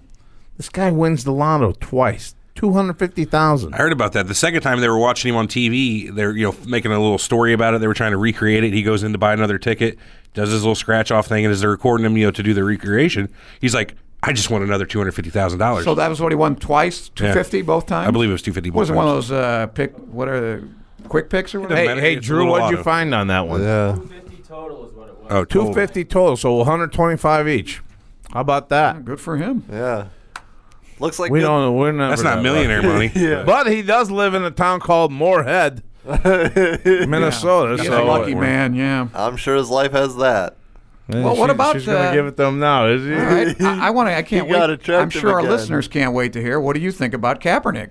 Speaker 3: This guy wins the lotto twice, two hundred fifty thousand.
Speaker 4: I heard about that. The second time they were watching him on TV, they're you know making a little story about it. They were trying to recreate it. He goes in to buy another ticket, does his little scratch off thing, and as they're recording him, you know, to do the recreation, he's like, "I just want another two hundred fifty thousand dollars."
Speaker 6: So that was what he won twice, two fifty both times.
Speaker 4: I believe it was two fifty.
Speaker 6: Was it one of those uh, pick? What are the quick picks or whatever?
Speaker 3: Hey,
Speaker 4: matter.
Speaker 3: hey,
Speaker 4: It's a
Speaker 3: Drew,
Speaker 4: little
Speaker 3: what'd you
Speaker 4: lotto.
Speaker 3: find on that one?
Speaker 5: yeah.
Speaker 4: Oh,
Speaker 3: Two fifty total, so one hundred twenty-five each. How about that?
Speaker 6: Good for him.
Speaker 5: Yeah. Looks like
Speaker 3: We
Speaker 5: good-
Speaker 3: don't. We're never
Speaker 4: That's not
Speaker 3: that
Speaker 4: millionaire
Speaker 3: lucky.
Speaker 4: money.
Speaker 3: But he does live in a town called Moorhead, Minnesota.
Speaker 6: He's
Speaker 3: So
Speaker 6: a lucky man. Yeah.
Speaker 5: I'm sure his life has that.
Speaker 3: Yeah,
Speaker 6: Well, what
Speaker 3: she-
Speaker 6: about,
Speaker 3: She's gonna
Speaker 6: uh,
Speaker 3: give it to him now, is he?
Speaker 6: All right. I, I want to. I can't
Speaker 5: He got
Speaker 6: wait.
Speaker 5: attractive
Speaker 6: I'm sure our
Speaker 5: again.
Speaker 6: listeners can't wait to hear. What do you think about Kaepernick?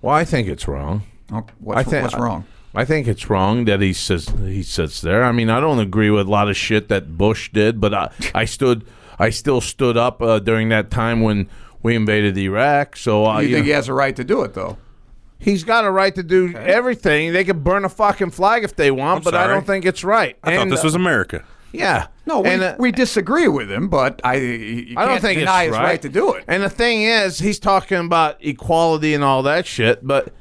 Speaker 3: Well, I think it's wrong.
Speaker 6: Oh, What's,
Speaker 3: I think-
Speaker 6: what's wrong?
Speaker 3: I think it's wrong that he sits he sits there. I mean, I don't agree with a lot of shit that Bush did, but I I stood I still stood up uh, during that time when we invaded Iraq. So uh,
Speaker 6: you
Speaker 3: you
Speaker 6: think
Speaker 3: know,
Speaker 6: he has a right to do it though?
Speaker 3: he's got a right to do everything. They could burn a fucking flag if they want,
Speaker 4: I'm
Speaker 3: but I
Speaker 4: sorry.
Speaker 3: don't think it's right.
Speaker 4: I thought this was America.
Speaker 3: yeah.
Speaker 6: No, we,
Speaker 3: And, uh,
Speaker 6: we disagree with him, but I you
Speaker 3: I
Speaker 6: can't
Speaker 3: don't think
Speaker 6: deny
Speaker 3: it's
Speaker 6: his
Speaker 3: right.
Speaker 6: right. to do it.
Speaker 3: And the thing is, he's talking about equality and all that shit, but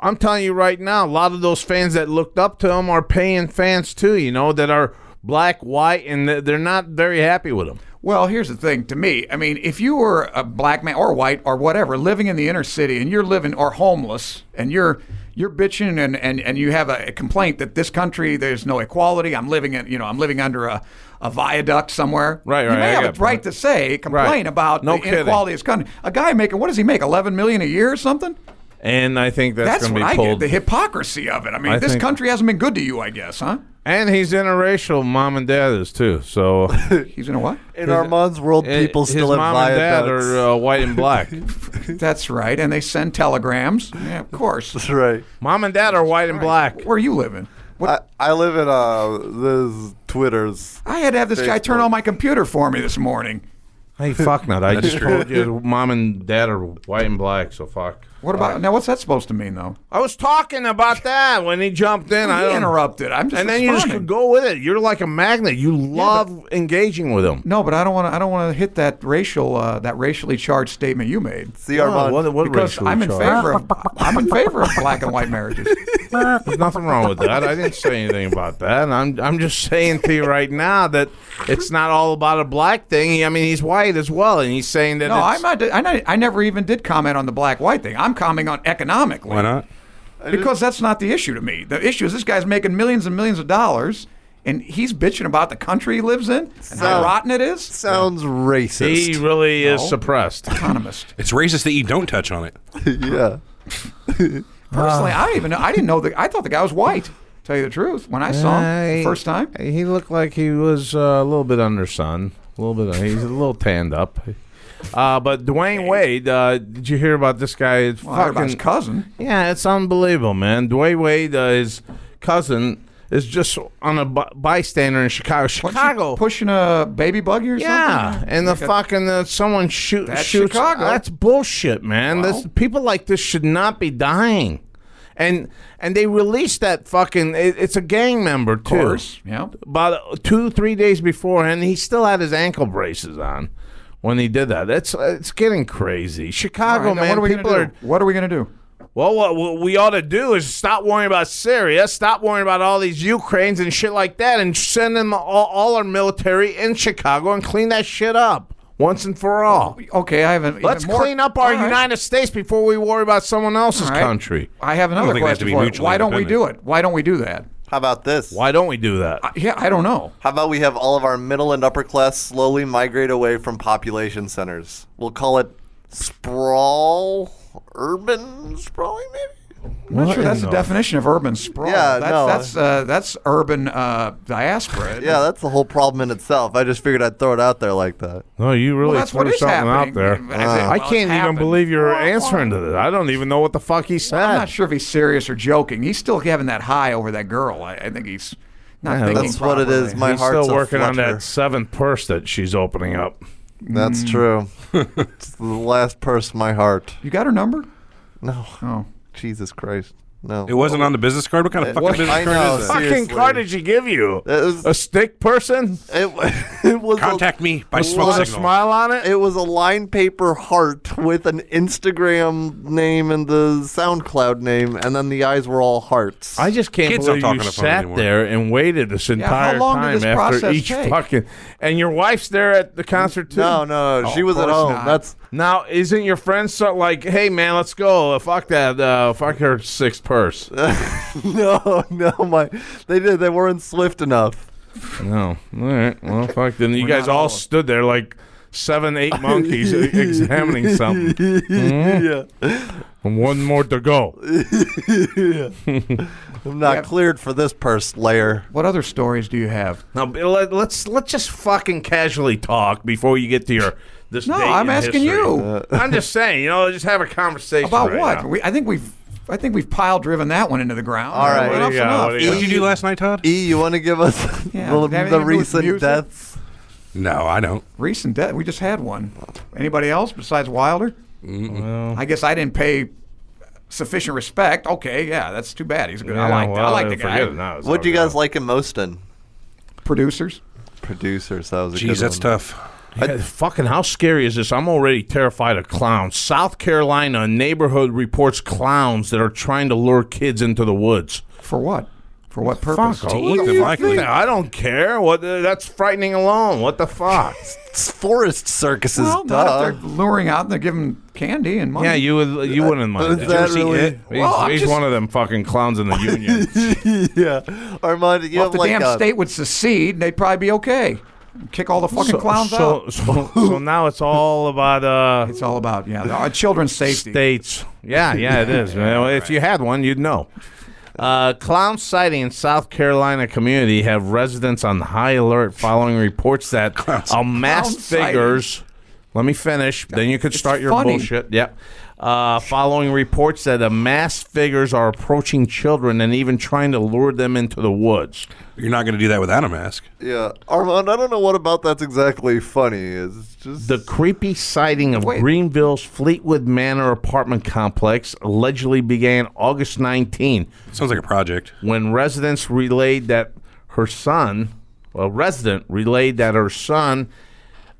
Speaker 3: I'm telling you right now, a lot of those fans that looked up to him are paying fans too, you know, that are black, white, and th- they're not very happy with him.
Speaker 6: Well, here's the thing to me. I mean, if you were a black man or white or whatever living in the inner city and you're living or homeless and you're you're bitching and, and, and you have a complaint that this country there's no equality. I'm living in you know I'm living under a, a viaduct somewhere.
Speaker 3: Right,
Speaker 6: You
Speaker 3: right, I
Speaker 6: may
Speaker 3: got
Speaker 6: have a
Speaker 3: it.
Speaker 6: right to say complain
Speaker 3: Right.
Speaker 6: about
Speaker 3: No
Speaker 6: the
Speaker 3: kidding.
Speaker 6: inequality of this country. A guy making what does he make? Eleven million a year or something?
Speaker 3: And I think that's,
Speaker 6: That's
Speaker 3: going
Speaker 6: what
Speaker 3: to
Speaker 6: I
Speaker 3: be
Speaker 6: get.
Speaker 3: pulled.
Speaker 6: The hypocrisy of it. I mean,
Speaker 3: I
Speaker 6: this
Speaker 3: think-
Speaker 6: country hasn't been good to you, I guess, huh?
Speaker 3: and he's interracial. Mom and dad is too. So
Speaker 6: He's in a what?
Speaker 5: In Armand's world, people
Speaker 3: eh, his
Speaker 5: still have
Speaker 3: mom and dad
Speaker 5: viaducts.
Speaker 3: are uh, white and black.
Speaker 6: That's right. And they send telegrams. Yeah, of course.
Speaker 5: That's right.
Speaker 3: mom and dad are white and black.
Speaker 6: Where are you living? What?
Speaker 5: I, I live in uh this Twitter's.
Speaker 6: I had to have this guy turn on my computer for me this morning.
Speaker 3: Hey, fuck not. I just told you, mom and dad are white and black. So fuck.
Speaker 6: What about now? What's that supposed to mean, though?
Speaker 3: I was talking about that when he jumped in. I
Speaker 6: he
Speaker 3: don't
Speaker 6: interrupted. I'm just
Speaker 3: and then you just
Speaker 6: responding.
Speaker 3: could go with it. You're like a magnet. You love engaging with him.
Speaker 6: No, but I don't want to. I don't want to hit that racial uh, that racially charged statement you made.
Speaker 5: See
Speaker 3: Oh,
Speaker 5: Armand.
Speaker 6: Because I'm in favor of I'm in favor of black and white marriages.
Speaker 3: There's nothing wrong with that. I didn't say anything about that. I'm I'm just saying to you right now that it's not all about a black thing. I mean, he's white as well, and he's saying that.
Speaker 6: No,
Speaker 3: it's-
Speaker 6: I'm not. I, not, I never even did comment on the black white thing. I'm commenting on economically.
Speaker 4: Why not?
Speaker 6: Because that's not the issue to me. The issue is this guy's making millions and millions of dollars, and he's bitching about the country he lives in and how
Speaker 5: So-
Speaker 6: rotten it is.
Speaker 5: sounds
Speaker 3: He
Speaker 5: racist.
Speaker 3: really is suppressed.
Speaker 6: Economist.
Speaker 4: It's racist that you don't touch on it.
Speaker 5: yeah.
Speaker 3: Ah.
Speaker 6: Personally, I even I didn't know that. I thought the guy was white. Tell you the truth, when I saw him
Speaker 3: I-
Speaker 6: the first time,
Speaker 3: He looked like he was uh, a little bit under sun, a little bit. He's a little tanned up. Uh, but Dwayne Wade, uh, did you hear about this guy? It's
Speaker 6: well, I heard about his
Speaker 3: fucking-
Speaker 6: cousin.
Speaker 3: Yeah, it's unbelievable, man. Dwayne Wade, uh, his cousin, is just on a by- bystander in Chicago.
Speaker 6: Wasn't she
Speaker 3: Chicago.
Speaker 6: pushing a baby buggy or
Speaker 3: Yeah,
Speaker 6: something.
Speaker 3: and the fucking uh, someone shoot
Speaker 6: That's
Speaker 3: shoots.
Speaker 6: Chicago.
Speaker 3: That's bullshit, man.
Speaker 6: Well.
Speaker 3: This, people like this should not be dying, and and they released that fucking. It, it's a gang member too.
Speaker 6: course, yeah.
Speaker 3: About two three days before, and he still had his ankle braces on when he did that. That's it's getting crazy.
Speaker 6: All
Speaker 3: Chicago,
Speaker 6: right, now
Speaker 3: man.
Speaker 6: what are we
Speaker 3: people
Speaker 6: gonna do? What are we gonna do?
Speaker 3: well, what, what we ought to do is stop worrying about Syria, stop worrying about all these Ukraines and shit like that, and send them all, all our military in Chicago and clean that shit up once and for all.
Speaker 6: Okay, I have an.
Speaker 3: Let's
Speaker 6: even more-
Speaker 3: clean up our
Speaker 6: All right.
Speaker 3: United States before we worry about someone else's
Speaker 6: All right.
Speaker 3: country.
Speaker 6: I have another
Speaker 4: think they have to
Speaker 6: question
Speaker 4: be
Speaker 6: for you.
Speaker 4: mutually
Speaker 6: Why don't we do
Speaker 4: independent.
Speaker 6: it? Why don't we do that?
Speaker 5: How about this?
Speaker 3: Why don't we do that?
Speaker 6: I- Yeah, I don't know.
Speaker 5: How about we have all of our middle and upper class slowly migrate away from population centers? We'll call it sprawl, urban sprawling, maybe.
Speaker 6: I'm not sure that's the
Speaker 3: the-
Speaker 6: definition of urban sprawl.
Speaker 5: Yeah,
Speaker 6: that's
Speaker 5: no.
Speaker 6: that's uh, that's urban uh, diaspora.
Speaker 5: Yeah, that's the whole problem in itself. I just figured I'd throw it out there like that.
Speaker 3: No, you really
Speaker 6: Well, that's what
Speaker 3: threw
Speaker 6: is
Speaker 3: something out
Speaker 6: happening.
Speaker 3: there.
Speaker 6: As it- well,
Speaker 3: I
Speaker 6: it's
Speaker 3: can't even
Speaker 6: happened.
Speaker 3: believe you're answering to this. I don't even know what the fuck he said.
Speaker 6: I'm not sure if he's serious or joking. He's still having that high over that girl. I, I think he's not thinking.
Speaker 5: That's what it is.
Speaker 6: properly.
Speaker 5: My
Speaker 3: He's
Speaker 5: heart's
Speaker 3: still
Speaker 5: a
Speaker 3: working on
Speaker 5: flutter.
Speaker 3: that seventh purse that she's opening up.
Speaker 5: That's true. it's the last purse in my heart.
Speaker 6: You got her number?
Speaker 5: No,
Speaker 6: Oh,
Speaker 5: Jesus Christ, no.
Speaker 4: It wasn't on the business card. What kind of fucking
Speaker 5: Uh, What?
Speaker 4: business
Speaker 5: I
Speaker 4: card
Speaker 5: know.
Speaker 4: is that?
Speaker 5: See-
Speaker 3: fucking
Speaker 5: Seriously.
Speaker 3: car did she give you?
Speaker 5: It was-
Speaker 3: a stick person
Speaker 5: It, wa- it was a-
Speaker 4: Contact me by smoke
Speaker 3: with
Speaker 4: signal.
Speaker 3: a smile on it?
Speaker 5: It was a line paper heart with an Instagram name and the SoundCloud name, and then the eyes were all hearts.
Speaker 3: I just can't
Speaker 4: Kids don't
Speaker 3: believe
Speaker 4: talk
Speaker 3: you
Speaker 4: on the phone
Speaker 3: sat
Speaker 4: anymore.
Speaker 3: there and waited this entire
Speaker 6: long did
Speaker 3: time
Speaker 6: this
Speaker 3: after
Speaker 6: process
Speaker 3: each
Speaker 6: take?
Speaker 3: fucking. And your wife's there at the concert too.
Speaker 5: no, no, no.
Speaker 3: Oh,
Speaker 5: she
Speaker 6: of
Speaker 5: was at
Speaker 6: course
Speaker 5: home.
Speaker 6: not.
Speaker 5: That's
Speaker 3: Now isn't your friend so like, hey man, let's go. Uh, fuck that. Uh, fuck her sixth purse.
Speaker 5: no, no. My, they did. They weren't swift enough.
Speaker 3: no. All right. Well, fuck. Then you guys
Speaker 6: not
Speaker 3: all,
Speaker 6: all-
Speaker 3: stood there like seven, eight monkeys e- examining something.
Speaker 5: Yeah,
Speaker 3: And one more to go.
Speaker 5: I'm not cleared for this purse layer.
Speaker 6: what other stories do you have?
Speaker 3: Now Bill, let, let's let's just fucking casually talk before you get to your this.
Speaker 6: No,
Speaker 3: date
Speaker 6: I'm
Speaker 3: in
Speaker 6: asking
Speaker 3: history. Uh,
Speaker 6: you.
Speaker 3: I'm just saying, you know, just have a conversation
Speaker 6: About
Speaker 3: right
Speaker 6: what?
Speaker 3: now.
Speaker 6: We, I think we've I think we've pile driven that one into the ground.
Speaker 5: All right. What do
Speaker 6: enough's
Speaker 3: you got?
Speaker 6: enough.
Speaker 3: What do
Speaker 4: What did you do last night, Todd?
Speaker 5: E, you want to give us
Speaker 6: Yeah,
Speaker 5: the,
Speaker 6: does that have
Speaker 5: the
Speaker 6: anything to do with
Speaker 5: recent
Speaker 6: music?
Speaker 5: deaths?
Speaker 4: No, I don't.
Speaker 6: Recent death. We just had one. Anybody else besides Wilder? I guess I didn't pay sufficient respect. Okay, yeah, that's too bad. He's good. I like that. I like the guy.
Speaker 3: Forget it now. It's
Speaker 5: What do you
Speaker 3: over.
Speaker 5: guys like in most in?
Speaker 6: Producers.
Speaker 5: Producers. That was a
Speaker 4: Jeez,
Speaker 5: good
Speaker 4: that's
Speaker 5: one.
Speaker 4: tough.
Speaker 3: Yeah, fucking, how scary is this? I'm already terrified of clowns. South Carolina a neighborhood reports clowns that are trying to lure kids into the woods.
Speaker 6: For what? For what purpose?
Speaker 3: Fuck, oh, what
Speaker 4: them
Speaker 3: the fuck?
Speaker 4: likely.
Speaker 3: I don't care. What? Uh, that's frightening alone. What the fuck?
Speaker 5: It's forest circuses.
Speaker 6: Well,
Speaker 5: duh.
Speaker 6: not if they're luring out and they're giving candy and money.
Speaker 3: yeah, you would. You wouldn't mind. that.
Speaker 5: Is that
Speaker 4: see
Speaker 5: really?
Speaker 4: it?
Speaker 3: He's,
Speaker 6: Well, I'm
Speaker 3: he's
Speaker 6: just-
Speaker 3: one of them fucking clowns in the union.
Speaker 5: yeah, Armand, you have
Speaker 6: Well, if the
Speaker 5: like
Speaker 6: damn
Speaker 5: a,
Speaker 6: state would secede, they'd probably be okay. Kick all the fucking clowns
Speaker 3: so,
Speaker 6: out.
Speaker 3: so, so now it's all about uh,
Speaker 6: It's all about yeah, the- uh, children's safety.
Speaker 3: states. Yeah, yeah, it is. man. Well, if you had one, you'd know. Uh, clown sighting in South Carolina community have residents on high alert following reports that a masked
Speaker 6: Clown
Speaker 3: figures. Let me finish. Then you could start your
Speaker 6: funny.
Speaker 3: bullshit. Yep. Uh, following reports that a masked figures are approaching children and even trying to lure them into the woods.
Speaker 4: You're not going to do that without a mask.
Speaker 5: yeah, Armand. I don't know what about that's exactly funny. It's just
Speaker 3: The creepy sighting of
Speaker 6: Wait.
Speaker 3: Greenville's Fleetwood Manor apartment complex allegedly began August 19
Speaker 4: Sounds like a project.
Speaker 3: when residents relayed that her son, a resident relayed that her son,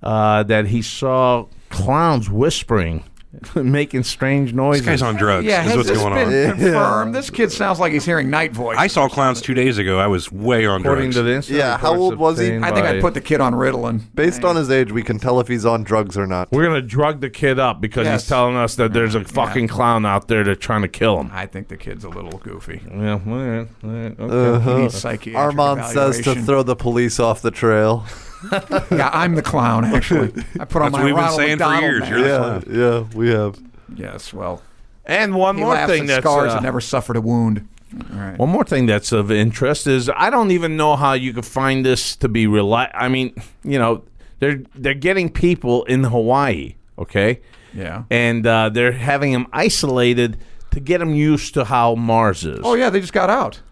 Speaker 3: uh, that he saw clowns whispering, making strange noises.
Speaker 4: This guy's on drugs.
Speaker 6: yeah,
Speaker 4: is
Speaker 6: has
Speaker 4: what's
Speaker 6: this
Speaker 4: going
Speaker 6: been
Speaker 4: on.
Speaker 6: confirmed? This kid sounds like he's hearing night voice.
Speaker 4: I saw clowns two days ago. I was way on
Speaker 3: According
Speaker 4: drugs.
Speaker 3: to the incident
Speaker 5: Yeah, how
Speaker 3: reports
Speaker 5: old was he?
Speaker 3: obtained
Speaker 6: I think I
Speaker 3: by-
Speaker 6: put the kid on Ritalin.
Speaker 5: based on his age, we can tell if he's on drugs or not.
Speaker 3: We're gonna drug the kid up because
Speaker 6: Yes.
Speaker 3: he's telling us that there's a fucking clown out there that's trying to kill him.
Speaker 6: I think the kid's a little goofy.
Speaker 3: Yeah, all right, all right, okay.
Speaker 6: He needs psychiatric
Speaker 5: Armand says to
Speaker 6: evaluation.
Speaker 5: throw the police off the trail.
Speaker 6: Yeah, I'm the clown. Actually, I put on
Speaker 4: That's what
Speaker 6: my
Speaker 4: we've been
Speaker 6: Ronald
Speaker 4: saying for
Speaker 6: McDonald
Speaker 4: years.
Speaker 6: mask.
Speaker 4: You're the
Speaker 5: yeah, yeah, we have.
Speaker 6: Yes, well,
Speaker 3: And one
Speaker 6: he
Speaker 3: more
Speaker 6: laughs
Speaker 3: thing
Speaker 6: at
Speaker 3: that's
Speaker 6: scars
Speaker 3: uh,
Speaker 6: and never suffered a wound. right.
Speaker 3: One more thing that's of interest is I don't even know how you could find this to be reli I mean, you know, they're they're getting people in Hawaii, okay?
Speaker 6: Yeah.
Speaker 3: And uh, they're having them isolated to get them used to how Mars is.
Speaker 6: Oh yeah, they just got out.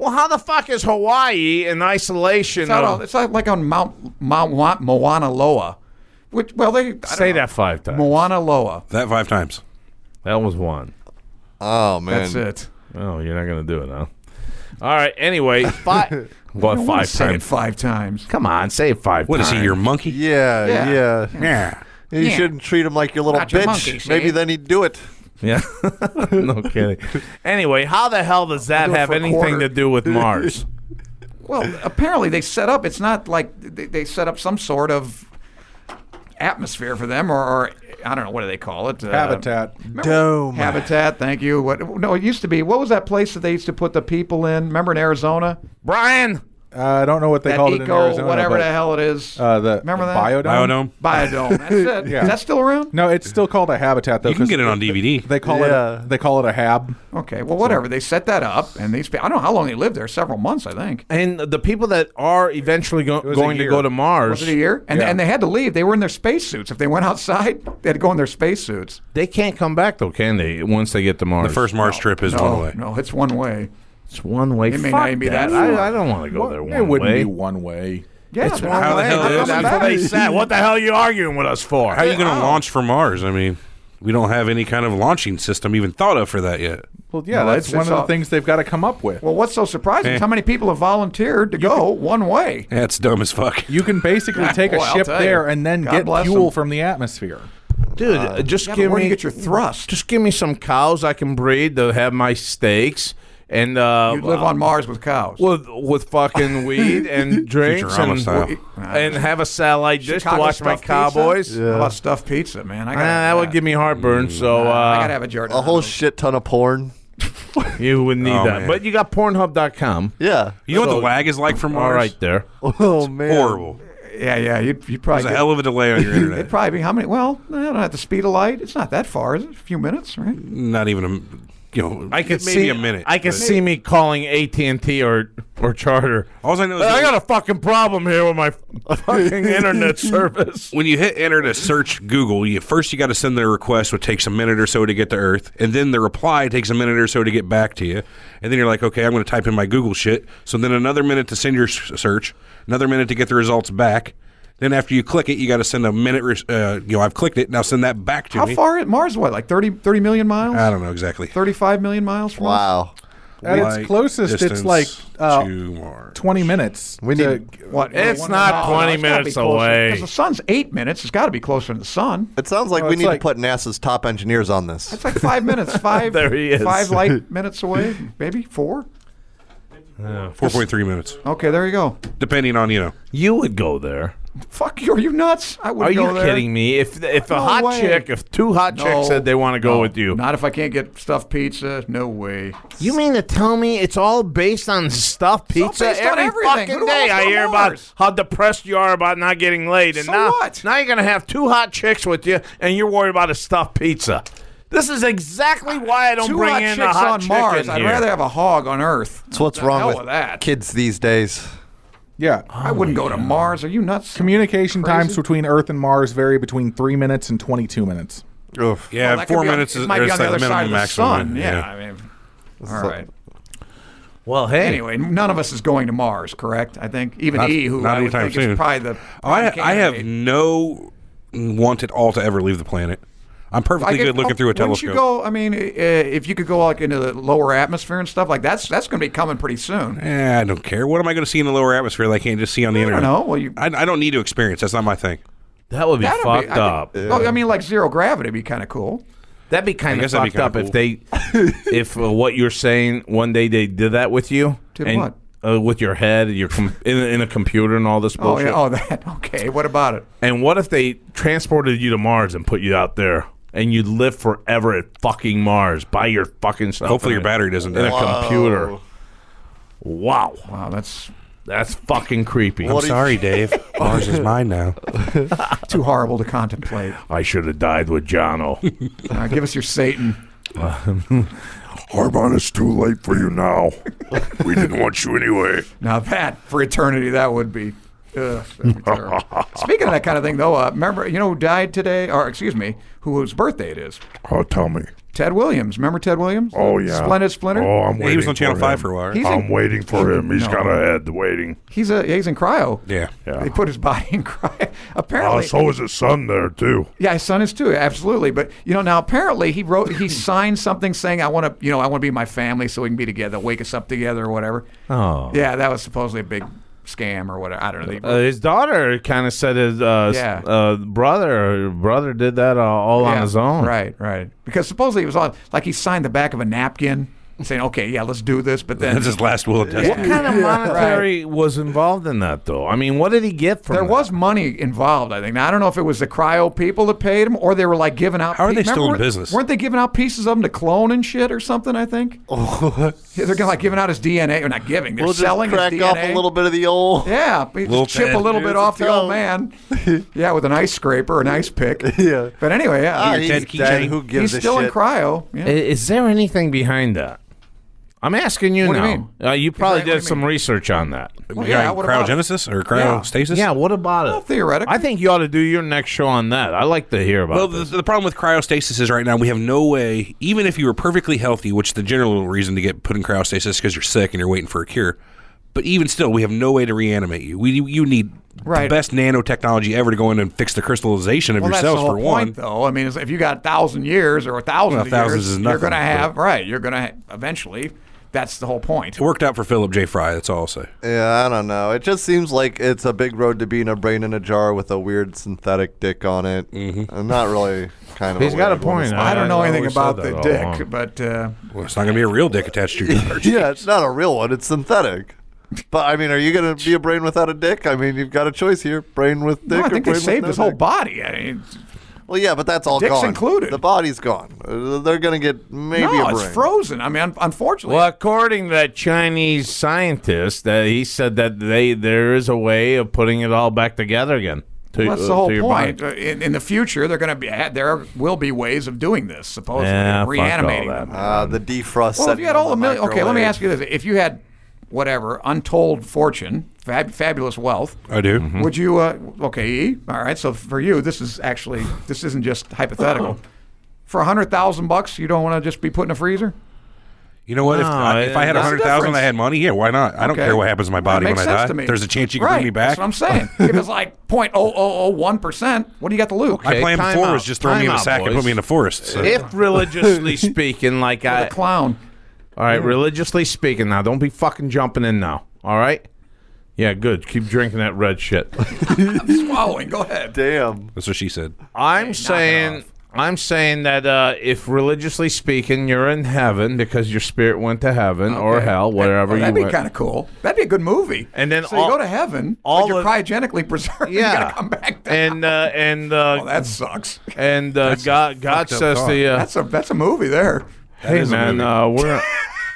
Speaker 3: Well, how the fuck is Hawaii in isolation?
Speaker 6: It's not,
Speaker 3: of-
Speaker 6: all, it's not like on Mount, Mount Wa- Mauna Loa, which well they I don't
Speaker 3: Say
Speaker 6: know.
Speaker 3: that five times.
Speaker 6: Mauna Loa.
Speaker 4: That five times.
Speaker 3: That was one.
Speaker 5: Oh man,
Speaker 6: That's it.
Speaker 3: Oh, you're not gonna do it, huh? All right. Anyway, five. what
Speaker 6: I wanna
Speaker 3: five
Speaker 6: say it
Speaker 3: times?
Speaker 6: Five times.
Speaker 3: Come on, say it five.
Speaker 4: What is he, your monkey?
Speaker 5: Yeah,
Speaker 6: Yeah.
Speaker 5: yeah.
Speaker 3: Yeah.
Speaker 5: You shouldn't treat him like your little
Speaker 6: Not your
Speaker 5: bitch.
Speaker 6: monkey, see?
Speaker 5: Maybe then he'd do it.
Speaker 3: Yeah. no kidding. Anyway, how the hell does that
Speaker 6: do it
Speaker 3: have
Speaker 6: for a
Speaker 3: anything to
Speaker 6: quarter.
Speaker 3: do with Mars?
Speaker 6: Well, apparently they set up. It's not like they, they set up some sort of atmosphere for them, or, or I don't know what do they call it? Uh,
Speaker 7: Habitat. Oh,
Speaker 6: remember-
Speaker 5: Dome.
Speaker 6: Habitat. Thank you. What? No, it used to be. What was that place that they used to put the people in? Remember in Arizona?
Speaker 3: Brian.
Speaker 7: Uh, I don't know what they
Speaker 6: That
Speaker 7: called it in
Speaker 6: eco,
Speaker 7: Arizona.
Speaker 6: whatever
Speaker 7: but,
Speaker 6: the hell it is.
Speaker 7: Uh, the
Speaker 6: remember
Speaker 7: the
Speaker 6: that
Speaker 4: Biodome?
Speaker 6: biodome. That's it.
Speaker 7: Yeah.
Speaker 6: Is that still around?
Speaker 7: No, it's still called a habitat though.
Speaker 4: You can
Speaker 7: 'cause
Speaker 4: get it on DVD.
Speaker 7: They call
Speaker 5: Yeah.
Speaker 7: it. They call it a hab.
Speaker 6: Okay, well, whatever. They set that up, and these people, I don't know how long they lived there, several months, I think.
Speaker 3: And the people that are eventually go-
Speaker 7: was a
Speaker 3: going to
Speaker 7: year.
Speaker 3: go to Mars,
Speaker 6: Was it a year? And,
Speaker 7: Yeah.
Speaker 6: and they had to leave. They were in their spacesuits. If they went outside, they had to go in their spacesuits.
Speaker 3: they can't come back though, can they? Once they get to Mars,
Speaker 4: The first Mars trip is
Speaker 6: no,
Speaker 4: one way.
Speaker 6: no, it's one way.
Speaker 3: it's one way.
Speaker 6: It may
Speaker 3: Fuck
Speaker 6: not even be that far.
Speaker 3: I, I don't want to go there. One
Speaker 7: it wouldn't
Speaker 3: way.
Speaker 7: be one way.
Speaker 6: Yeah,
Speaker 3: It's
Speaker 6: they're
Speaker 3: one
Speaker 6: not-
Speaker 4: How the
Speaker 3: way.
Speaker 4: hell
Speaker 3: That's
Speaker 4: is
Speaker 3: what
Speaker 4: it?
Speaker 3: they said. What the hell are you arguing with us for?
Speaker 4: How are you going to launch from Mars? I mean, we don't have any kind of launching system even thought of for that yet.
Speaker 7: Well, yeah,
Speaker 6: No,
Speaker 7: that's
Speaker 6: it's-
Speaker 7: one
Speaker 6: it's
Speaker 7: of the
Speaker 6: all-
Speaker 7: things they've got to come up with.
Speaker 6: well, what's so surprising is how many people have volunteered to go one way.
Speaker 4: That's dumb as fuck.
Speaker 7: You can basically take
Speaker 6: Boy,
Speaker 7: a
Speaker 6: I'll
Speaker 7: ship
Speaker 6: tell you.
Speaker 7: there and then
Speaker 6: God
Speaker 7: get
Speaker 6: bless
Speaker 7: fuel
Speaker 6: 'em.
Speaker 7: from the atmosphere.
Speaker 3: dude? uh, just
Speaker 6: Yeah, but
Speaker 3: give
Speaker 6: where
Speaker 3: me
Speaker 6: do you get your thrust?
Speaker 3: Just give me some cows I can breed to have my steaks, and uh,
Speaker 6: You live on Mars with cows.
Speaker 3: with with fucking weed and drinks
Speaker 4: Futurama
Speaker 3: and,
Speaker 4: style.
Speaker 3: and have a satellite dish to
Speaker 6: Chicago
Speaker 3: watch my
Speaker 6: stuffed
Speaker 3: Cowboys.
Speaker 6: Pizza? How about stuffed pizza, man? I
Speaker 3: Ah,
Speaker 6: gotta
Speaker 3: that
Speaker 6: have
Speaker 3: would give me heartburn, so
Speaker 6: Mm, I gotta
Speaker 3: uh,
Speaker 6: have a Jordan.
Speaker 5: A whole shit ton of porn.
Speaker 3: you would need
Speaker 4: Oh,
Speaker 3: that.
Speaker 4: man.
Speaker 3: But you got Pornhub.com.
Speaker 5: Yeah.
Speaker 4: You know what
Speaker 3: So-
Speaker 4: the lag is like from
Speaker 3: All
Speaker 4: Mars?
Speaker 3: right, there.
Speaker 5: Oh man.
Speaker 4: Horrible.
Speaker 6: yeah, yeah. You'd, you'd probably
Speaker 4: It's a
Speaker 6: get-
Speaker 4: hell of a delay on your
Speaker 6: It'd
Speaker 4: internet.
Speaker 6: probably be how many? Well, I don't know, at the speed of light. It's not that far, is it? A few minutes, right?
Speaker 4: Not even a, you know,
Speaker 3: I could
Speaker 4: maybe
Speaker 3: see
Speaker 4: a minute.
Speaker 3: I could see me calling AT and T or or Charter.
Speaker 4: All I know is
Speaker 3: I
Speaker 4: that-
Speaker 3: got a fucking problem here with my fucking internet service.
Speaker 4: when you hit enter to search Google, you first you got to send the request, which takes a minute or so to get to Earth, and then the reply takes a minute or so to get back to you, and then you're like, okay, I'm going to type in my Google shit. So then another minute to send your s- search, another minute to get the results back. Then after you click it, you got to send a minute. res- Uh, you know, I've clicked it. Now send that back to
Speaker 6: How
Speaker 4: me.
Speaker 6: far? Mars? What? Like 30, 30 million miles?
Speaker 4: I don't know exactly.
Speaker 6: Thirty-five million miles from us?
Speaker 5: Wow.
Speaker 7: At its
Speaker 4: Like
Speaker 7: closest, it's
Speaker 4: distance
Speaker 7: like uh,
Speaker 4: to Mars.
Speaker 7: twenty minutes. We
Speaker 5: need-
Speaker 6: What?
Speaker 3: It's
Speaker 6: one-
Speaker 3: not 20
Speaker 6: it's gotta be
Speaker 3: minutes
Speaker 6: closer,
Speaker 3: away.
Speaker 6: 'cause the sun's eight minutes. It's got to be closer to the sun.
Speaker 5: It sounds like
Speaker 7: Well,
Speaker 5: we
Speaker 7: it's
Speaker 5: need
Speaker 7: like-
Speaker 5: to put NASA's top engineers on this.
Speaker 6: It's like five minutes. Five.
Speaker 3: There he is.
Speaker 6: Five light minutes away. Maybe four.
Speaker 4: Four point three minutes,
Speaker 6: Okay, there you go.
Speaker 4: depending on you know.
Speaker 3: You would go there.
Speaker 6: Fuck you. Are you nuts? I
Speaker 3: Are
Speaker 6: wouldn't
Speaker 3: you
Speaker 6: go there.
Speaker 3: kidding me? If if a
Speaker 6: No
Speaker 3: hot
Speaker 6: way.
Speaker 3: chick, if two hot
Speaker 6: No.
Speaker 3: chicks said they want to go
Speaker 6: No.
Speaker 3: with you,
Speaker 6: Not if I can't get stuffed pizza. No way.
Speaker 3: You mean to tell me it's all based on stuffed
Speaker 6: all
Speaker 3: pizza
Speaker 6: based on
Speaker 3: every
Speaker 6: everything.
Speaker 3: fucking
Speaker 6: Who the
Speaker 3: day?
Speaker 6: hell's
Speaker 3: I
Speaker 6: got
Speaker 3: hear
Speaker 6: Mars?
Speaker 3: about how depressed you are about not getting laid, and
Speaker 6: So
Speaker 3: now
Speaker 6: what?
Speaker 3: now you're gonna have two hot chicks with you, and you're worried about a stuffed pizza. This is exactly why I don't
Speaker 6: Two
Speaker 3: bring
Speaker 6: hot
Speaker 3: in
Speaker 6: chicks
Speaker 3: a hot
Speaker 6: on
Speaker 3: chick
Speaker 6: Mars.
Speaker 3: in
Speaker 6: I'd
Speaker 3: here.
Speaker 6: rather have a hog on Earth.
Speaker 5: That's what's
Speaker 6: The
Speaker 5: wrong
Speaker 6: hell
Speaker 5: with,
Speaker 6: with that.
Speaker 5: kids these days.
Speaker 7: yeah.
Speaker 3: Oh
Speaker 6: I wouldn't go to Mars. Are you nuts?
Speaker 7: Communication
Speaker 6: Crazy.
Speaker 7: times between Earth and Mars vary between three minutes and twenty-two minutes.
Speaker 5: Oof.
Speaker 4: Yeah,
Speaker 6: Well, that
Speaker 4: four
Speaker 6: could be on-
Speaker 4: minutes
Speaker 6: it
Speaker 4: is
Speaker 6: might
Speaker 4: or
Speaker 6: be
Speaker 4: it's
Speaker 6: on the
Speaker 4: like
Speaker 6: other side of
Speaker 4: minimum
Speaker 6: the sun.
Speaker 4: maximum.
Speaker 6: Yeah, I mean, all
Speaker 5: So-
Speaker 6: right.
Speaker 3: well, hey,
Speaker 6: Anyway, none of us is going to Mars, correct? I think even
Speaker 4: Not-
Speaker 6: E, who
Speaker 4: not
Speaker 6: I would
Speaker 4: anytime
Speaker 6: think
Speaker 4: soon.
Speaker 6: is probably the
Speaker 4: I,
Speaker 6: prime
Speaker 4: I have
Speaker 6: candidate.
Speaker 4: no want at all to ever leave the planet. I'm
Speaker 6: I
Speaker 4: perfectly
Speaker 6: get-
Speaker 4: good looking
Speaker 6: oh,
Speaker 4: through a
Speaker 6: wouldn't
Speaker 4: telescope.
Speaker 6: you go? I mean, uh, if you could go like into the lower atmosphere and stuff like that's that's going to be coming pretty soon.
Speaker 4: Eh, I don't care. What am I going to see in the lower atmosphere that I can't just see on the
Speaker 6: I
Speaker 4: internet?
Speaker 6: don't know. Well, you
Speaker 4: I, I don't need to experience. That's not my thing.
Speaker 3: that would be
Speaker 6: that'd
Speaker 3: fucked
Speaker 6: I think- uh,
Speaker 3: up.
Speaker 6: well, I mean, like zero gravity would be kind of cool.
Speaker 3: That'd be kind of
Speaker 4: guess that'd be
Speaker 3: fucked up
Speaker 4: kinda
Speaker 3: if they, if uh, what you're saying one day they did that with you.
Speaker 6: Did
Speaker 3: and,
Speaker 6: what?
Speaker 3: Uh, with your head, your com- in, a- in a computer, and all this
Speaker 6: Oh,
Speaker 3: bullshit.
Speaker 6: yeah, oh, that okay. What about it?
Speaker 3: And what if they transported you to Mars and put you out there and you live forever at fucking Mars by your fucking stuff?
Speaker 4: Hopefully, your
Speaker 3: in a-
Speaker 4: battery doesn't
Speaker 3: in a
Speaker 4: die.
Speaker 3: computer. Wow,
Speaker 6: Wow, that's
Speaker 3: that's fucking creepy.
Speaker 5: What do you- sorry,
Speaker 4: Dave. Mars is mine now.
Speaker 6: too horrible to contemplate.
Speaker 3: I should have died with Jono.
Speaker 6: Uh, give us your Satan.
Speaker 8: Harbon, it's too late for you now. we didn't want you anyway.
Speaker 6: Now that for eternity, that would be. Ugh, that'd be terrible. Speaking of that kind of thing, though, uh, remember you know who died today, or excuse me, who- whose birthday it is?
Speaker 8: Oh, tell me.
Speaker 6: Ted Williams. Remember Ted Williams?
Speaker 8: Oh yeah.
Speaker 6: Splendid Splinter.
Speaker 8: Oh, I'm waiting.
Speaker 4: he was on Channel
Speaker 8: for
Speaker 4: Five
Speaker 8: him.
Speaker 4: for a while.
Speaker 6: He's in-
Speaker 8: I'm waiting for him. He's
Speaker 6: No.
Speaker 8: got a head waiting.
Speaker 6: He's a he's in cryo.
Speaker 4: yeah.
Speaker 8: Yeah.
Speaker 6: They put his body in cryo. Apparently.
Speaker 3: Oh,
Speaker 8: Uh, so is his son there too.
Speaker 6: Yeah, his son is too. Absolutely, but you know now apparently he wrote he signed something saying I want to you know I want to be my family so we can be together, wake us up together or whatever.
Speaker 3: Oh.
Speaker 6: Yeah, that was supposedly a big scam or whatever. I don't know. They-
Speaker 3: Uh, his daughter kind of said his uh, s-
Speaker 6: Yeah.
Speaker 3: uh, brother brother did that uh, all on
Speaker 6: Yeah,
Speaker 3: his own.
Speaker 6: Right, right. Because supposedly it was on like he signed the back of a napkin saying, "Okay, yeah, let's do this," but then
Speaker 4: That's his last will and
Speaker 3: What
Speaker 4: testament.
Speaker 3: kind of monetary was involved in that though? I mean, what did he get from
Speaker 6: there
Speaker 3: that?
Speaker 6: was money involved. I think. Now, I don't know if it was the cryo people that paid him or they were like giving out.
Speaker 4: How are
Speaker 6: pie-
Speaker 4: they still
Speaker 6: remember
Speaker 4: in
Speaker 6: weren't-
Speaker 4: business?
Speaker 6: Weren't they giving out pieces of him to clone and shit or something? I think. Oh, yeah, they're gonna, like giving out his DNA or not giving. They're
Speaker 5: We'll just
Speaker 6: selling
Speaker 5: crack
Speaker 6: his DNA.
Speaker 5: off a little bit of the old.
Speaker 6: Yeah, but you
Speaker 4: Little
Speaker 6: just chip
Speaker 4: bit.
Speaker 6: a little bit
Speaker 5: Here's
Speaker 6: off
Speaker 5: the
Speaker 6: the old
Speaker 5: tongue.
Speaker 6: man. yeah, with an ice scraper, an ice pick.
Speaker 5: Yeah.
Speaker 6: But anyway, yeah,
Speaker 5: Ah,
Speaker 4: Your
Speaker 5: he's
Speaker 4: Ted Keychain.
Speaker 5: dead. Who gives
Speaker 6: he's
Speaker 5: a
Speaker 6: still
Speaker 5: shit?
Speaker 6: in cryo. Yeah.
Speaker 3: I- Is there anything behind that? I'm asking you
Speaker 6: What do
Speaker 3: now.
Speaker 6: you mean?
Speaker 3: Uh, you probably
Speaker 6: What do you
Speaker 3: did some
Speaker 6: mean?
Speaker 3: research on that.
Speaker 6: Well,
Speaker 4: Yeah,
Speaker 6: yeah, what about-
Speaker 4: cryogenesis or cryostasis?
Speaker 3: Yeah, what about it?
Speaker 6: theoretically.
Speaker 3: I think you ought to do your next show on that. I like to hear about
Speaker 4: Well, the,
Speaker 3: this.
Speaker 4: the problem with cryostasis is right now we have no way, even if you were perfectly healthy, which the general reason to get put in cryostasis is because you're sick and you're waiting for a cure. But even still, we have no way to reanimate you. We you need
Speaker 6: Right.
Speaker 4: the best nanotechnology ever to go in and fix the crystallization of
Speaker 6: Well, that's the
Speaker 4: yourselves
Speaker 6: whole
Speaker 4: for
Speaker 6: point,
Speaker 4: one.
Speaker 6: though. I mean, is- if you got a thousand years or a thousand
Speaker 4: Well,
Speaker 6: of
Speaker 4: thousands
Speaker 6: years,
Speaker 4: is
Speaker 6: you're
Speaker 4: nothing,
Speaker 6: going to
Speaker 4: but-
Speaker 6: have right. You're going to ha- eventually. That's the whole point.
Speaker 4: It worked out for Philip J. Fry. That's all I'll say.
Speaker 5: Yeah, I don't know. It just seems like it's a big road to being a brain in a jar with a weird synthetic dick on it. Mm-hmm. And not really kind of.
Speaker 3: He's got a
Speaker 5: weird one.
Speaker 3: point.
Speaker 6: I don't know
Speaker 3: I
Speaker 6: anything
Speaker 3: always
Speaker 6: about
Speaker 3: said
Speaker 6: the
Speaker 3: that all
Speaker 6: dick,
Speaker 3: along.
Speaker 6: but uh,
Speaker 4: Well, it's not going to be a real dick attached to your heart.
Speaker 5: Yeah, it's not a real one. It's synthetic. But I mean, are you going to be a brain without a dick? I mean, you've got a choice here: brain with dick
Speaker 6: no, I
Speaker 5: or
Speaker 6: think
Speaker 5: brain
Speaker 6: they
Speaker 5: with
Speaker 6: saved
Speaker 5: no
Speaker 6: his whole
Speaker 5: dick.
Speaker 6: body. I mean, it's-
Speaker 5: Well, yeah, but that's all
Speaker 6: Dick's
Speaker 5: gone.
Speaker 6: included.
Speaker 5: The body's gone. Uh, They're going to get maybe
Speaker 6: no,
Speaker 5: a brain.
Speaker 6: it's frozen. I mean, un- unfortunately,
Speaker 3: Well, according to that Chinese scientist, uh, he said that they there is a way of putting it all back together again. To,
Speaker 6: that's
Speaker 3: uh,
Speaker 6: the whole
Speaker 3: to your
Speaker 6: point.
Speaker 3: body.
Speaker 6: Uh, In, in the future, they're going to be ha- there will be ways of doing this. Supposedly,
Speaker 3: Yeah, fuck all
Speaker 6: reanimating
Speaker 3: that.
Speaker 6: them.
Speaker 5: Uh, the defrost.
Speaker 6: Well, if
Speaker 5: setting
Speaker 6: you had
Speaker 5: on
Speaker 6: all a million, okay, let me
Speaker 5: microwave.
Speaker 6: ask you this: If you had whatever untold fortune, fab- fabulous wealth,
Speaker 4: I do.
Speaker 6: would you? Uh, okay, E, all right. So for you, this is actually this isn't just hypothetical. For a hundred thousand bucks, you don't want to just be put in a freezer.
Speaker 4: You know what? if,
Speaker 3: No,
Speaker 4: I, if I had a
Speaker 3: that's
Speaker 6: the
Speaker 4: hundred thousand, I
Speaker 6: difference.
Speaker 4: had money. Yeah, why not? I don't
Speaker 6: Okay.
Speaker 4: care what happens to my body when
Speaker 6: That makes
Speaker 4: I
Speaker 6: sense
Speaker 4: die.
Speaker 6: to me.
Speaker 4: There's a chance you can
Speaker 6: right,
Speaker 4: bring me back.
Speaker 6: That's what I'm saying. if it's like point oh oh oh one percent, what do you got to lose?
Speaker 4: My plan
Speaker 3: time
Speaker 4: before
Speaker 3: out.
Speaker 4: was just throw me in
Speaker 3: Time
Speaker 4: a
Speaker 3: out,
Speaker 4: sack and
Speaker 3: boys.
Speaker 4: put me in the forest. So.
Speaker 3: If religiously speaking, like
Speaker 6: You're
Speaker 3: I,
Speaker 6: the clown.
Speaker 3: all right, religiously speaking, now don't be fucking jumping in now. All right. Yeah, good. Keep drinking that red shit.
Speaker 6: Swallowing. Go ahead.
Speaker 5: Damn.
Speaker 4: That's what she said.
Speaker 3: I'm saying I'm saying that uh, if religiously speaking, you're in heaven because your spirit went to heaven or
Speaker 6: Okay.
Speaker 3: hell, wherever
Speaker 6: Well,
Speaker 3: you
Speaker 6: that'd
Speaker 3: went.
Speaker 6: be kind of cool. That'd be a good movie.
Speaker 3: And then
Speaker 6: so
Speaker 3: all-
Speaker 6: you go to heaven,
Speaker 3: all
Speaker 6: but you're
Speaker 3: of-
Speaker 6: cryogenically preserved.
Speaker 3: yeah,
Speaker 6: you gotta come back. Down.
Speaker 3: and uh, and uh,
Speaker 6: Oh, that sucks.
Speaker 3: and uh, God God
Speaker 4: fucked up
Speaker 3: says
Speaker 4: thought.
Speaker 3: the uh,
Speaker 6: That's a that's a movie there.
Speaker 3: hey man, uh, we're.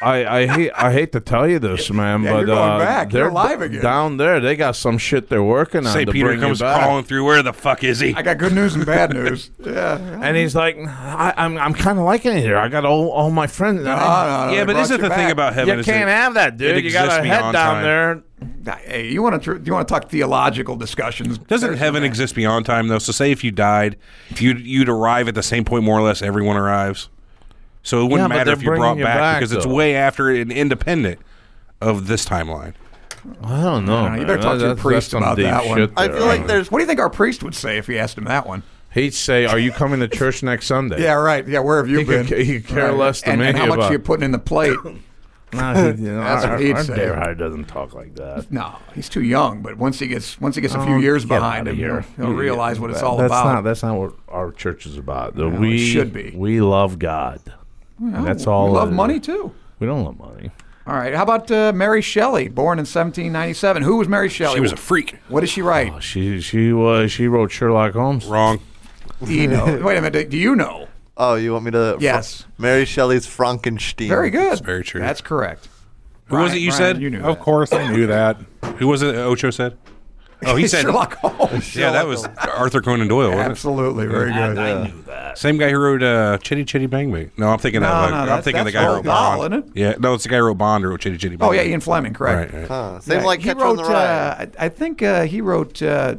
Speaker 3: I, I hate I hate to tell you this, man,
Speaker 6: Yeah,
Speaker 3: but
Speaker 6: you're going
Speaker 3: uh,
Speaker 6: back.
Speaker 3: they're
Speaker 6: You're alive
Speaker 3: d-
Speaker 6: again.
Speaker 3: down there. They got some shit they're working on.
Speaker 4: St.
Speaker 3: to
Speaker 4: Peter
Speaker 3: bring you
Speaker 4: comes
Speaker 3: back.
Speaker 4: crawling through. Where the fuck is he?
Speaker 6: I got good news and bad news. yeah.
Speaker 3: and he's like, I, I'm I'm kind of liking it here. I got all, all my friends.
Speaker 6: No, no, no,
Speaker 4: yeah,
Speaker 6: they
Speaker 4: but
Speaker 6: brought
Speaker 4: isn't
Speaker 6: you
Speaker 4: the thing
Speaker 6: back.
Speaker 4: about heaven?
Speaker 3: you
Speaker 4: is that-
Speaker 3: can't have that, dude.
Speaker 4: it
Speaker 3: you got to
Speaker 4: exists
Speaker 3: head
Speaker 4: beyond
Speaker 3: down
Speaker 4: time.
Speaker 3: there.
Speaker 6: Hey, you want to you want to talk theological discussions?
Speaker 4: Doesn't
Speaker 6: There's-
Speaker 4: heaven exist beyond time though? So say if you died, you'd you'd arrive at the same point more or less everyone arrives. So it
Speaker 3: Yeah,
Speaker 4: wouldn't
Speaker 3: but
Speaker 4: matter
Speaker 3: they're
Speaker 4: if you're
Speaker 3: bringing
Speaker 4: brought
Speaker 3: you
Speaker 4: back,
Speaker 3: back,
Speaker 4: because it's
Speaker 3: though.
Speaker 4: way after and independent of this timeline.
Speaker 3: I don't know.
Speaker 6: know. You
Speaker 3: man.
Speaker 6: better talk to your
Speaker 3: That's-
Speaker 6: priest
Speaker 3: that's some
Speaker 6: about
Speaker 3: deep
Speaker 6: that one.
Speaker 3: shit
Speaker 5: I
Speaker 3: there.
Speaker 5: feel like there's.
Speaker 6: What do you think our priest would say if you asked him that one?
Speaker 3: he'd say, "Are you coming to church next Sunday?"
Speaker 6: Yeah, right. Yeah, where have you
Speaker 3: He
Speaker 6: been?
Speaker 3: could- he could care less than
Speaker 6: and,
Speaker 3: me
Speaker 6: And how much
Speaker 3: about-
Speaker 6: you putting in the plate?
Speaker 3: Nah, he, you know,
Speaker 6: That's what
Speaker 3: our,
Speaker 6: he'd
Speaker 3: our
Speaker 6: say.
Speaker 3: dear heart doesn't talk like that.
Speaker 6: no, he's too young. But once he gets once he gets a few
Speaker 3: Oh,
Speaker 6: years
Speaker 3: get
Speaker 6: behind
Speaker 3: outta
Speaker 6: him,
Speaker 3: here.
Speaker 6: he'll, he'll realize what it's all
Speaker 3: that's
Speaker 6: about.
Speaker 3: Not, that's not what our church is about. The-
Speaker 6: No, it
Speaker 3: we
Speaker 6: should be.
Speaker 3: We love God. And that's all.
Speaker 6: We
Speaker 3: it
Speaker 6: love
Speaker 3: is.
Speaker 6: money too.
Speaker 3: We don't love money.
Speaker 6: All right. How about uh, Mary Shelley, born in 1797? Who was Mary Shelley?
Speaker 4: She was a freak. Oh,
Speaker 6: what did she write?
Speaker 3: She she was she wrote Sherlock Holmes.
Speaker 4: Wrong.
Speaker 6: you know. Wait a minute. Do you know?
Speaker 5: Oh, you want me to?
Speaker 6: Yes.
Speaker 5: Mary Shelley's Frankenstein.
Speaker 6: Very good.
Speaker 4: That's very true.
Speaker 6: That's correct.
Speaker 4: Who was it you
Speaker 6: Brian,
Speaker 4: said?
Speaker 6: You knew.
Speaker 7: Of
Speaker 6: that.
Speaker 7: course, I knew that.
Speaker 4: Who was it? Ocho said. Oh, he said.
Speaker 6: Sherlock Holmes.
Speaker 4: Yeah, that was Arthur Conan Doyle. Wasn't it?
Speaker 6: Absolutely. Very good.
Speaker 3: I knew that.
Speaker 4: Same guy who wrote uh, Chitty Chitty Bang Bang. No, I'm thinking
Speaker 6: No,
Speaker 4: of. Uh,
Speaker 6: no,
Speaker 4: I'm
Speaker 6: that's-
Speaker 4: thinking the
Speaker 6: that's
Speaker 4: guy who
Speaker 6: Roald
Speaker 4: wrote
Speaker 6: Dahl,
Speaker 4: Bond.
Speaker 6: isn't
Speaker 4: Yeah, no, it's the guy who wrote Bond who wrote Chitty Chitty Bang.
Speaker 6: Oh yeah,
Speaker 4: Bang.
Speaker 6: Ian Fleming, correct?
Speaker 4: Right, right.
Speaker 5: Huh. Same
Speaker 6: Yeah,
Speaker 5: like
Speaker 6: he
Speaker 5: Catcher
Speaker 6: wrote.
Speaker 5: in the Rye.
Speaker 6: Uh, I I think uh, he wrote uh,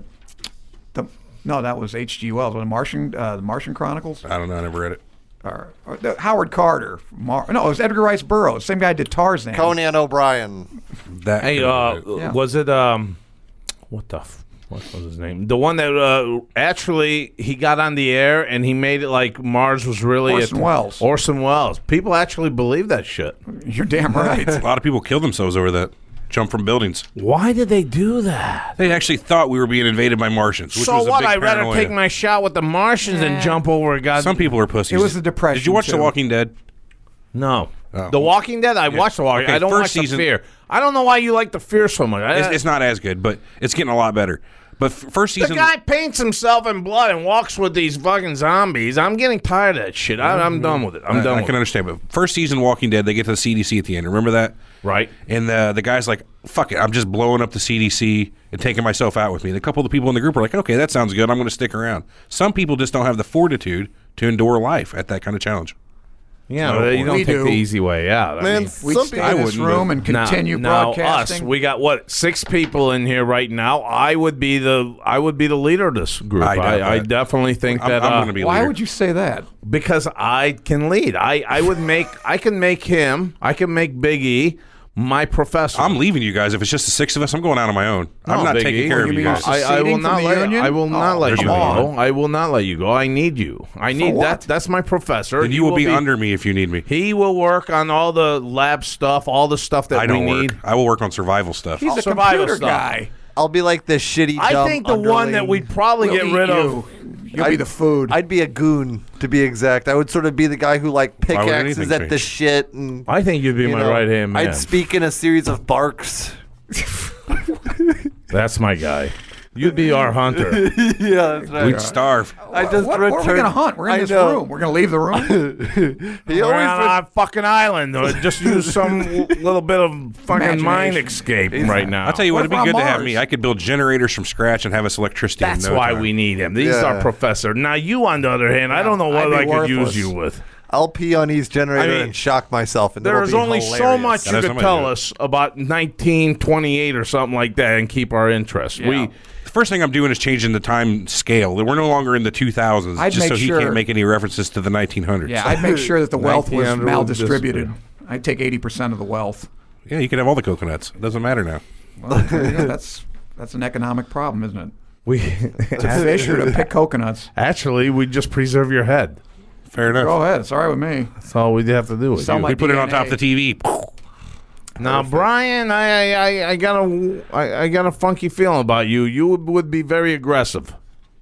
Speaker 6: the. No, that was H.G. Wells. The Martian, uh, the Martian Chronicles,
Speaker 4: I don't know. I never read it.
Speaker 6: or, or the Howard Carter. Mar- no, it was Edgar Rice Burroughs. Same guy who did Tarzan.
Speaker 5: Conan O'Brien.
Speaker 4: That
Speaker 3: Hey, uh,
Speaker 6: Yeah.
Speaker 3: was it um, what the f- what was his name? The one that uh, actually he got on the air and he made it like Mars was really
Speaker 6: Orson Welles.
Speaker 3: Orson Welles. People actually believe that shit.
Speaker 6: You're damn right.
Speaker 4: a lot of people kill themselves over that. Jump from buildings.
Speaker 3: Why did they do that?
Speaker 4: They actually thought we were being invaded by Martians. Which
Speaker 3: so
Speaker 4: was a
Speaker 3: what?
Speaker 4: Big
Speaker 3: I'd rather
Speaker 4: paranoia.
Speaker 3: take my shot with the Martians than jump over a god.
Speaker 4: Some people are pussies.
Speaker 6: It was the Depression,
Speaker 4: Did you watch
Speaker 6: too.
Speaker 4: The Walking Dead?
Speaker 3: no.
Speaker 4: Oh.
Speaker 3: The Walking Dead. I watched The Walking.
Speaker 4: Okay,
Speaker 3: I don't
Speaker 4: first
Speaker 3: watch
Speaker 4: season-
Speaker 3: the Fear. I don't know why you like the Fear so much. I-
Speaker 4: It's, it's not as good, but it's getting a lot better. But f- first
Speaker 3: The
Speaker 4: season,
Speaker 3: guy paints himself in blood and walks with these fucking zombies. I'm getting tired of that shit. I, I'm done with it. I'm
Speaker 4: Mm-hmm. I-
Speaker 3: done
Speaker 4: I
Speaker 3: with
Speaker 4: can
Speaker 3: it.
Speaker 4: understand, but first season Walking Dead, they get to the CDC at the end. Remember that?
Speaker 3: Right.
Speaker 4: And the the guy's like, "Fuck it, I'm just blowing up the CDC and taking myself out with me." And a couple of the people in the group are like, "Okay, that sounds good. I'm going to stick around." Some people just don't have the fortitude to endure life at that kind of challenge.
Speaker 3: Yeah, but you don't
Speaker 6: We
Speaker 3: take
Speaker 6: do.
Speaker 3: the easy way out. I
Speaker 5: Man,
Speaker 3: mean,
Speaker 6: We'd
Speaker 5: some
Speaker 6: stay
Speaker 5: people-
Speaker 6: in this
Speaker 3: wouldn't,
Speaker 6: room
Speaker 3: but-
Speaker 6: and continue
Speaker 3: now,
Speaker 6: broadcasting.
Speaker 3: Now us, we got what six people in here right now. I would be the I would be the leader of this group.
Speaker 4: I doubt
Speaker 3: I, I
Speaker 4: that.
Speaker 3: definitely think
Speaker 4: I'm-
Speaker 3: that
Speaker 4: I'm
Speaker 3: uh,
Speaker 4: gonna be
Speaker 6: Why
Speaker 4: leader.
Speaker 6: would you say that?
Speaker 3: because I can lead. I I would make I can make him. I can make Big E my professor.
Speaker 4: I'm leaving you guys. If it's just the six of us, I'm going out on my own.
Speaker 3: No,
Speaker 4: I'm not
Speaker 3: Big
Speaker 4: taking
Speaker 3: E.
Speaker 4: care of you
Speaker 6: mean you're
Speaker 4: guys.
Speaker 6: sus-
Speaker 3: I, I will
Speaker 6: seceding
Speaker 3: not
Speaker 6: from the
Speaker 3: let
Speaker 6: union?
Speaker 3: I will not
Speaker 6: Oh,
Speaker 3: let you
Speaker 4: come
Speaker 3: go.
Speaker 4: on.
Speaker 3: I will not let you go. I need you. I need that.
Speaker 6: what?
Speaker 3: That's my professor.
Speaker 4: And you will be under me if you need me.
Speaker 3: He will work on all the lab stuff, all the stuff that
Speaker 4: I don't
Speaker 3: we need.
Speaker 4: work. I will work on survival stuff.
Speaker 6: He's a
Speaker 3: Survival
Speaker 6: computer
Speaker 3: stuff.
Speaker 6: guy.
Speaker 5: I'll be like this shitty.
Speaker 3: I
Speaker 5: dumb
Speaker 3: think the one that
Speaker 5: underling.
Speaker 3: we'd probably
Speaker 6: We'll
Speaker 3: get
Speaker 6: eat
Speaker 3: rid of.
Speaker 6: you. You'll be the food.
Speaker 5: I'd be a goon to be exact. I would sort of be the guy who like
Speaker 4: would
Speaker 5: pickaxes
Speaker 4: anything
Speaker 5: at the
Speaker 4: change?
Speaker 5: shit and
Speaker 3: I think you'd be
Speaker 5: you
Speaker 3: my
Speaker 5: know,
Speaker 3: right hand man.
Speaker 5: I'd speak in a series of barks.
Speaker 3: That's my guy. You'd be our hunter.
Speaker 5: yeah, that's right.
Speaker 4: We'd starve.
Speaker 5: I just
Speaker 6: what, what are we
Speaker 5: returned-
Speaker 6: going to hunt? We're in
Speaker 5: I
Speaker 6: this
Speaker 5: know.
Speaker 6: room. We're going to leave the room.
Speaker 5: He
Speaker 3: We're
Speaker 5: always
Speaker 3: on
Speaker 5: re-
Speaker 3: a fucking island. or Just use some little bit of fucking mind
Speaker 6: Imagination.
Speaker 3: escape right now.
Speaker 4: I'll tell you what, it'd be
Speaker 6: about
Speaker 4: good to have
Speaker 6: Mars?
Speaker 4: me. I could build generators from scratch and have us electricity. in
Speaker 3: That's
Speaker 4: no
Speaker 3: why
Speaker 4: time.
Speaker 3: we need him. He's our
Speaker 5: Yeah.
Speaker 3: professor. Now you, on the other hand, I don't know what
Speaker 6: I'd be
Speaker 3: I could use
Speaker 6: worthless.
Speaker 3: you with.
Speaker 5: I'll pee on his generator
Speaker 3: I mean,
Speaker 5: and shock myself, and
Speaker 3: There
Speaker 5: it'll
Speaker 3: is
Speaker 5: be
Speaker 3: only so
Speaker 5: hilarious.
Speaker 3: much you
Speaker 4: That's
Speaker 3: could
Speaker 4: how I do
Speaker 3: tell
Speaker 4: it.
Speaker 3: us about 1928 or something like that and keep our interest. We
Speaker 4: The first thing I'm doing is changing the time scale. We're no longer in the 2000s,
Speaker 6: I'd
Speaker 4: just
Speaker 6: make
Speaker 4: so he
Speaker 6: sure-
Speaker 4: can't make any references to the 1900s.
Speaker 6: yeah, I'd make sure that the wealth was
Speaker 3: 1900
Speaker 6: maldistributed.
Speaker 3: distributed.
Speaker 6: I'd take 80% of the wealth.
Speaker 4: Yeah, you can have all the coconuts. It doesn't matter now.
Speaker 6: Well, there you go. that's, that's an economic problem, isn't it?
Speaker 3: we
Speaker 6: To fish or to pick coconuts.
Speaker 3: actually we just preserve your head.
Speaker 4: Fair enough.
Speaker 6: Go ahead. It's all right with me.
Speaker 3: That's all we have to do. with
Speaker 6: Sell
Speaker 3: you.
Speaker 6: my
Speaker 4: we put it on
Speaker 6: DNA.
Speaker 4: top of the TV.
Speaker 3: Now, Brian, I, I, I- I got a, I, I got a funky feeling about you. You would, would be very aggressive.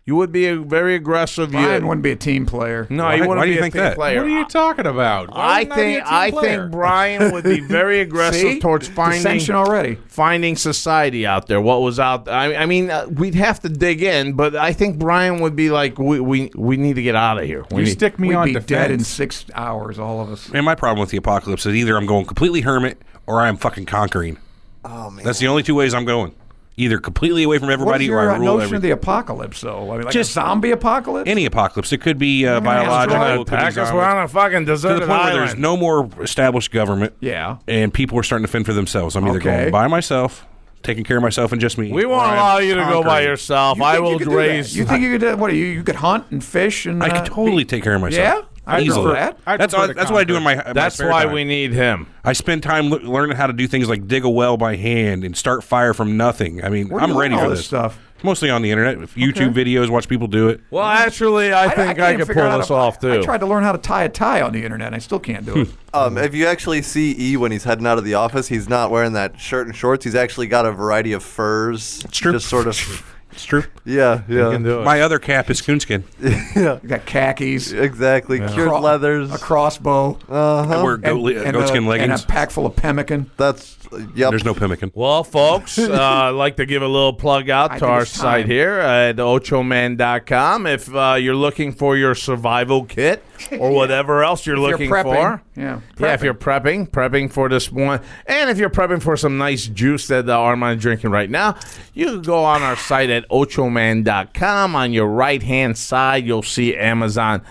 Speaker 3: You would be a very aggressive.
Speaker 6: Brian
Speaker 3: you,
Speaker 6: wouldn't be a team player.
Speaker 3: no,
Speaker 4: Why-
Speaker 3: you wouldn't
Speaker 4: why do
Speaker 3: be
Speaker 4: you
Speaker 3: a
Speaker 4: think
Speaker 3: team
Speaker 4: that?
Speaker 3: player.
Speaker 7: What are you talking about? Why
Speaker 3: I
Speaker 7: would I be a
Speaker 3: think
Speaker 7: team
Speaker 3: I
Speaker 7: player?
Speaker 3: think Brian would be very aggressive
Speaker 6: See?
Speaker 3: towards finding
Speaker 6: Dissension already.
Speaker 3: finding society out there. What was out? I, I mean, uh, we'd have to dig in, but I think Brian would be like, we we, we need to get out of here. We
Speaker 7: You
Speaker 3: need-
Speaker 7: stick me
Speaker 6: We'd
Speaker 7: on
Speaker 6: be dead in
Speaker 7: defense.
Speaker 6: six hours, all of us.
Speaker 4: And my problem with the apocalypse is either I'm going completely hermit or I'm fucking conquering.
Speaker 5: Oh man,
Speaker 4: That's the only two ways I'm going. Either completely away from
Speaker 6: What's
Speaker 4: everybody or
Speaker 6: your
Speaker 4: I
Speaker 6: uh,
Speaker 4: rule
Speaker 6: notion
Speaker 4: everything.
Speaker 6: of the apocalypse, though? I mean, like
Speaker 4: Just-
Speaker 6: a zombie apocalypse?
Speaker 4: Any apocalypse. It could be uh, biological.
Speaker 3: Attack
Speaker 4: it could be
Speaker 3: us,
Speaker 4: zombie.
Speaker 3: we're on a fucking
Speaker 4: to
Speaker 3: deserted
Speaker 4: the point where there's
Speaker 3: island.
Speaker 4: no more established government.
Speaker 6: Yeah.
Speaker 4: And people are starting to fend for themselves. I'm either
Speaker 6: Okay.
Speaker 4: going by myself, taking care of myself, and just me.
Speaker 3: we won't
Speaker 4: or I'm
Speaker 3: allow you to go by
Speaker 4: conquering.
Speaker 3: yourself.
Speaker 6: You
Speaker 3: I
Speaker 6: think you
Speaker 3: will
Speaker 6: could do that?
Speaker 3: raise.
Speaker 6: You think you could? do- What you? You could hunt and fish and.
Speaker 4: I
Speaker 6: uh,
Speaker 4: could totally
Speaker 6: be-
Speaker 4: take care of
Speaker 6: Yeah,
Speaker 4: myself.
Speaker 6: I
Speaker 4: easily.
Speaker 6: prefer that.
Speaker 7: I
Speaker 4: that's
Speaker 7: prefer
Speaker 4: all-
Speaker 7: to
Speaker 4: that's what I do in my. my
Speaker 3: That's
Speaker 4: spare
Speaker 3: why
Speaker 4: time.
Speaker 3: we need him.
Speaker 4: I spend time le- learning how to do things like dig a well by hand and start fire from nothing. I mean,
Speaker 6: Where do you
Speaker 4: I'm ready
Speaker 6: learn
Speaker 4: for
Speaker 6: all this
Speaker 4: this
Speaker 6: stuff?
Speaker 4: Mostly on the internet, with YouTube videos, watch people do it.
Speaker 3: Well, actually, I think
Speaker 6: can't
Speaker 3: I,
Speaker 6: even
Speaker 3: could
Speaker 6: figure
Speaker 3: pull
Speaker 6: out how
Speaker 3: this
Speaker 6: to-
Speaker 3: off too.
Speaker 6: I tried to learn how to tie a tie on the internet. and I still can't do it.
Speaker 5: Um, if you actually see E when he's heading out of the office, he's not wearing that shirt and shorts. He's actually got a variety of furs. It's
Speaker 4: true.
Speaker 5: Just sort of.
Speaker 4: It's true.
Speaker 5: Yeah, yeah.
Speaker 4: My other cap is coonskin.
Speaker 6: You got khakis,
Speaker 5: Exactly. Cured
Speaker 6: cro-
Speaker 5: leathers.
Speaker 6: a crossbow,
Speaker 4: I wear goat, le-
Speaker 6: Uh-huh. and,
Speaker 4: goatskin
Speaker 6: a, and
Speaker 4: leggings.
Speaker 6: a pack full of pemmican.
Speaker 5: That's yep.
Speaker 4: There's no pemmican.
Speaker 3: Well, folks, uh, I'd like to give a little plug out
Speaker 6: I
Speaker 3: to
Speaker 6: think
Speaker 3: our
Speaker 6: it's
Speaker 3: site
Speaker 6: time.
Speaker 3: here at ochoman.com. If uh, you're looking for your survival kit or whatever else you're
Speaker 6: If
Speaker 3: looking
Speaker 6: you're prepping,
Speaker 3: for.
Speaker 6: Yeah.
Speaker 3: Yeah, if you're prepping, prepping for this one, and if you're prepping for some nice juice that uh, Armand is drinking right now, you can go on our site at ochoman.com. On your right hand side, you'll see Amazon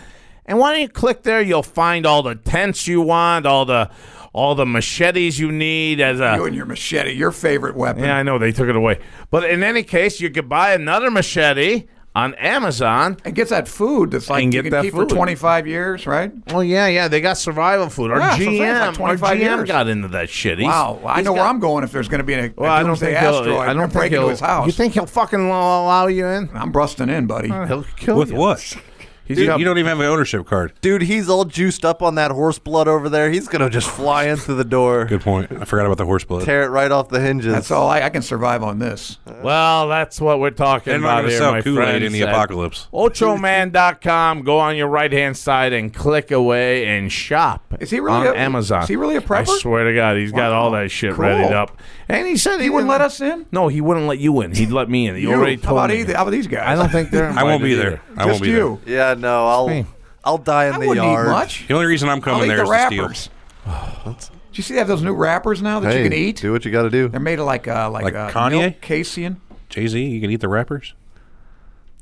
Speaker 3: And why don't you click there? You'll find all the tents you want, all the all the machetes you need as a
Speaker 6: You and your machete, your favorite weapon.
Speaker 3: uh, yeah, I know they took it away. But in any case, you could buy another machete on Amazon.
Speaker 6: And get that food that's like
Speaker 3: And
Speaker 6: you
Speaker 3: get
Speaker 6: can
Speaker 3: that
Speaker 6: keep
Speaker 3: food.
Speaker 6: for 25 years, right?
Speaker 3: Oh yeah, yeah, they got survival food. Our
Speaker 6: Yeah, so it's like
Speaker 3: GM, our
Speaker 6: 25
Speaker 3: GM
Speaker 6: years.
Speaker 3: got into that shit. He's-
Speaker 6: Wow, I
Speaker 3: he's
Speaker 6: know
Speaker 3: got-
Speaker 6: where I'm going if there's going to be a,
Speaker 3: Well,
Speaker 6: a
Speaker 3: I don't
Speaker 6: doomsday
Speaker 3: think he'll-
Speaker 6: asteroid.
Speaker 3: I
Speaker 6: They're
Speaker 3: don't think
Speaker 6: breaking
Speaker 3: he'll.
Speaker 6: into his house.
Speaker 3: You think Uh, he'll fucking allow allow you in?
Speaker 6: I'm busting in, buddy.
Speaker 3: He'll kill
Speaker 4: With
Speaker 3: you.
Speaker 4: what?
Speaker 3: He's
Speaker 4: Dude,
Speaker 3: got-
Speaker 4: you don't even have an ownership card.
Speaker 5: Dude, he's all juiced up on that horse blood over there. He's gonna just fly in through the door,
Speaker 4: Good point. I forgot about the horse blood.
Speaker 5: tear it right off the hinges.
Speaker 6: That's all I, I can survive on this.
Speaker 3: Well, that's what we're talking
Speaker 4: They're not
Speaker 3: about
Speaker 4: going to
Speaker 3: here,
Speaker 4: sell
Speaker 3: my
Speaker 4: Kool Aid
Speaker 3: friends.
Speaker 4: in the
Speaker 3: at
Speaker 4: apocalypse.
Speaker 3: OchoMan.com. Go on your right hand side and click away and shop.
Speaker 6: Is he really
Speaker 3: on
Speaker 6: a-
Speaker 3: Amazon?
Speaker 6: is he really a
Speaker 3: I
Speaker 6: prepper?
Speaker 3: swear to God, he's got
Speaker 6: Wow.
Speaker 3: all that shit
Speaker 6: Cool.
Speaker 3: readied up. And he said he,
Speaker 6: He wouldn't
Speaker 3: didn't-
Speaker 6: let us in?
Speaker 3: No, he wouldn't let you in. He'd let me in. He
Speaker 6: You.
Speaker 3: already
Speaker 6: How
Speaker 3: told
Speaker 6: about
Speaker 3: me.
Speaker 6: either- how about these guys?
Speaker 3: I don't think they're.
Speaker 4: I won't be
Speaker 3: invited
Speaker 4: there.
Speaker 3: either.
Speaker 4: I won't
Speaker 6: Just
Speaker 4: be
Speaker 6: you.
Speaker 5: yeah, no, I'll
Speaker 3: me.
Speaker 5: I'll die in
Speaker 6: I
Speaker 5: the
Speaker 6: wouldn't
Speaker 5: yard.
Speaker 6: eat much.
Speaker 4: there. The only reason I'm
Speaker 6: I'll
Speaker 4: coming
Speaker 6: eat
Speaker 4: there
Speaker 6: the
Speaker 4: is to steal.
Speaker 6: wrappers. Do you see they have those new wrappers now that
Speaker 5: Hey,
Speaker 6: you can eat?
Speaker 5: do what you gotta do.
Speaker 6: They're made of like uh, like,
Speaker 4: Like
Speaker 6: uh,
Speaker 4: Kanye?
Speaker 6: milk casein.
Speaker 4: Jay Z, you can eat the wrappers.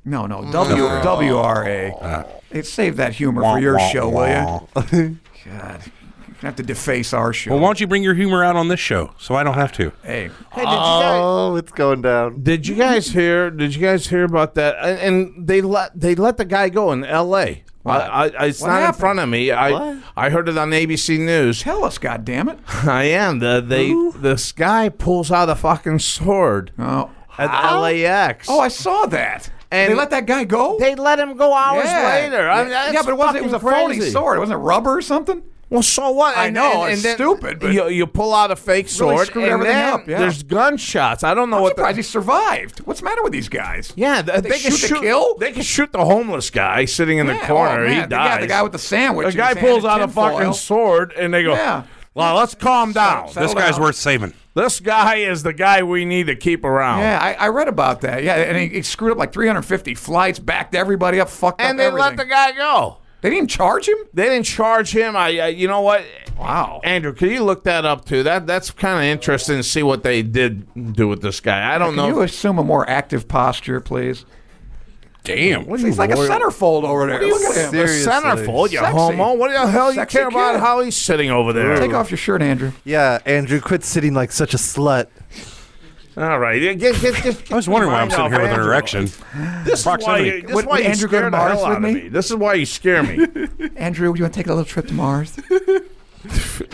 Speaker 6: No, no, Mm. W W R A. Uh. Hey, Save that humor for your show, will you? God, you have to deface our show.
Speaker 4: Well, why don't you bring your humor out on this show so I don't have to?
Speaker 6: hey,
Speaker 3: Hey, did you guys-
Speaker 5: Oh, it's going down.
Speaker 3: Did you guys hear? Did you guys hear about that? And, and they let they let the guy go in L.A. I, I, it's
Speaker 6: What
Speaker 3: not
Speaker 6: happened?
Speaker 3: in front of me. I I heard it on ABC News.
Speaker 6: tell us, God damn it!
Speaker 3: I am the they. This guy pulls out a fucking sword
Speaker 6: Oh,
Speaker 3: at LAX.
Speaker 6: oh, I saw that.
Speaker 3: And-
Speaker 6: they let that guy go.
Speaker 3: they let him go hours later. I mean,
Speaker 6: yeah,
Speaker 3: that's
Speaker 6: but it wasn't. It was a
Speaker 3: fucking
Speaker 6: phony
Speaker 3: crazy. Oh,
Speaker 6: sword. It wasn't rubber or something.
Speaker 3: Well, so what?
Speaker 6: I know, it's stupid, but-
Speaker 3: you, you pull out a fake sword
Speaker 6: screwed
Speaker 3: and
Speaker 6: everything
Speaker 3: then
Speaker 6: up, yeah.
Speaker 3: there's gunshots. I don't know
Speaker 6: I'm
Speaker 3: what.
Speaker 6: surprised
Speaker 3: the,
Speaker 6: he survived. What's the matter with these guys?
Speaker 3: yeah, th-
Speaker 6: They
Speaker 3: they, can
Speaker 6: shoot to
Speaker 3: shoot.
Speaker 6: kill?
Speaker 3: They can shoot the homeless guy sitting in
Speaker 6: Yeah,
Speaker 3: the
Speaker 6: oh,
Speaker 3: corner. he dies.
Speaker 6: man, the- Yeah, the guy with the sandwich.
Speaker 3: The
Speaker 6: in
Speaker 3: guy
Speaker 6: his hand
Speaker 3: pulls
Speaker 6: and
Speaker 3: out a
Speaker 6: tinfoil.
Speaker 3: fucking sword and they go,
Speaker 6: Yeah.
Speaker 3: well, let's calm down.
Speaker 6: so-
Speaker 3: This,
Speaker 4: This guy's
Speaker 6: down.
Speaker 4: worth saving.
Speaker 3: this guy is the guy we need to keep around.
Speaker 6: Yeah, I, I read about that. Yeah, and he, he screwed up like 350 flights, backed everybody up, fucked
Speaker 3: And
Speaker 6: up
Speaker 3: they let
Speaker 6: everything.
Speaker 3: the guy go.
Speaker 6: they didn't charge him.
Speaker 3: They didn't charge him. I, uh, you know what?
Speaker 6: Wow.
Speaker 3: Andrew, can you look that up too? That that's kind of interesting to see what they did do with this guy. I don't
Speaker 6: Can
Speaker 3: know.
Speaker 6: you assume a more active posture, please?
Speaker 4: Damn.
Speaker 3: What do you
Speaker 6: He's like a
Speaker 3: worry-
Speaker 6: centerfold over there. Look at him.
Speaker 3: A
Speaker 5: Seriously.
Speaker 3: centerfold, you
Speaker 6: Sexy.
Speaker 3: homo. What the hell you
Speaker 6: Sexy
Speaker 3: care about
Speaker 6: kid.
Speaker 3: how he's sitting over there?
Speaker 6: Take off your shirt, Andrew.
Speaker 5: Yeah, Andrew, quit sitting like such a slut.
Speaker 3: All right. Get- get- get- get
Speaker 4: I was wondering why I'm
Speaker 3: your
Speaker 4: sitting
Speaker 3: mind
Speaker 4: here with
Speaker 3: off
Speaker 4: an
Speaker 3: Andrew.
Speaker 4: erection.
Speaker 3: This is why
Speaker 4: Proximity.
Speaker 3: you, this
Speaker 6: Would-
Speaker 3: why
Speaker 6: would
Speaker 3: you
Speaker 6: Andrew go to
Speaker 3: scare the hell
Speaker 6: Mars
Speaker 3: out
Speaker 6: with
Speaker 3: of
Speaker 6: me?
Speaker 3: me. This is why you scare me.
Speaker 6: Andrew, you want to take a little trip to Mars?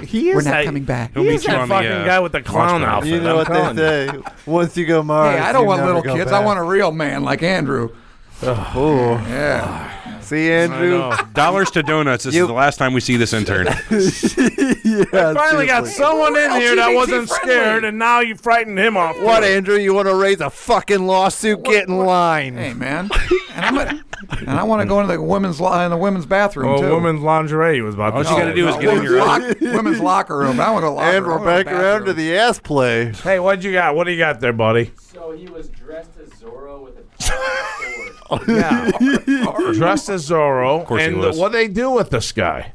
Speaker 3: He is
Speaker 6: We're not
Speaker 3: that-
Speaker 6: coming back.
Speaker 4: He'll
Speaker 3: He
Speaker 4: meet
Speaker 3: is
Speaker 4: you
Speaker 3: that
Speaker 4: on the,
Speaker 3: fucking
Speaker 4: uh,
Speaker 3: guy with the clown
Speaker 4: launch pad.
Speaker 3: outfit.
Speaker 5: You know
Speaker 3: I'm
Speaker 5: what
Speaker 3: telling
Speaker 5: they say. Once you go Mars,
Speaker 6: Hey, I don't
Speaker 5: you
Speaker 6: want
Speaker 5: never
Speaker 6: little
Speaker 5: go
Speaker 6: kids. I
Speaker 5: back.
Speaker 6: want a real man like Andrew.
Speaker 5: Ooh.
Speaker 6: Yeah.
Speaker 5: See, Andrew.
Speaker 4: Dollars to donuts. This
Speaker 5: You-
Speaker 4: is the last time we see this intern.
Speaker 5: Yeah,
Speaker 3: I finally got
Speaker 5: seriously.
Speaker 3: someone in here that
Speaker 6: LGBT
Speaker 3: wasn't
Speaker 6: friendly.
Speaker 3: scared, and now you frightened him off.
Speaker 5: What, Andrew? You want to raise a fucking lawsuit? Get in line.
Speaker 6: Hey, man. And I'm a, and I want to go into the women's lo- in the women's bathroom
Speaker 5: Oh,
Speaker 6: too.
Speaker 3: Oh, lingerie was about.
Speaker 4: All you got to do is
Speaker 6: No,
Speaker 4: get in
Speaker 6: women's
Speaker 4: your
Speaker 6: lock- women's locker room. I want to locker.
Speaker 5: And
Speaker 6: room.
Speaker 5: we're
Speaker 6: I wanna
Speaker 5: back around to
Speaker 6: bathroom.
Speaker 5: the ass play.
Speaker 3: Hey, what you got? What do you got there, buddy?
Speaker 9: So he was dressed as Zorro with a sword.
Speaker 3: Yeah, dressed as Zorro. Of
Speaker 4: course he
Speaker 3: and
Speaker 4: was.
Speaker 3: what they do with this guy?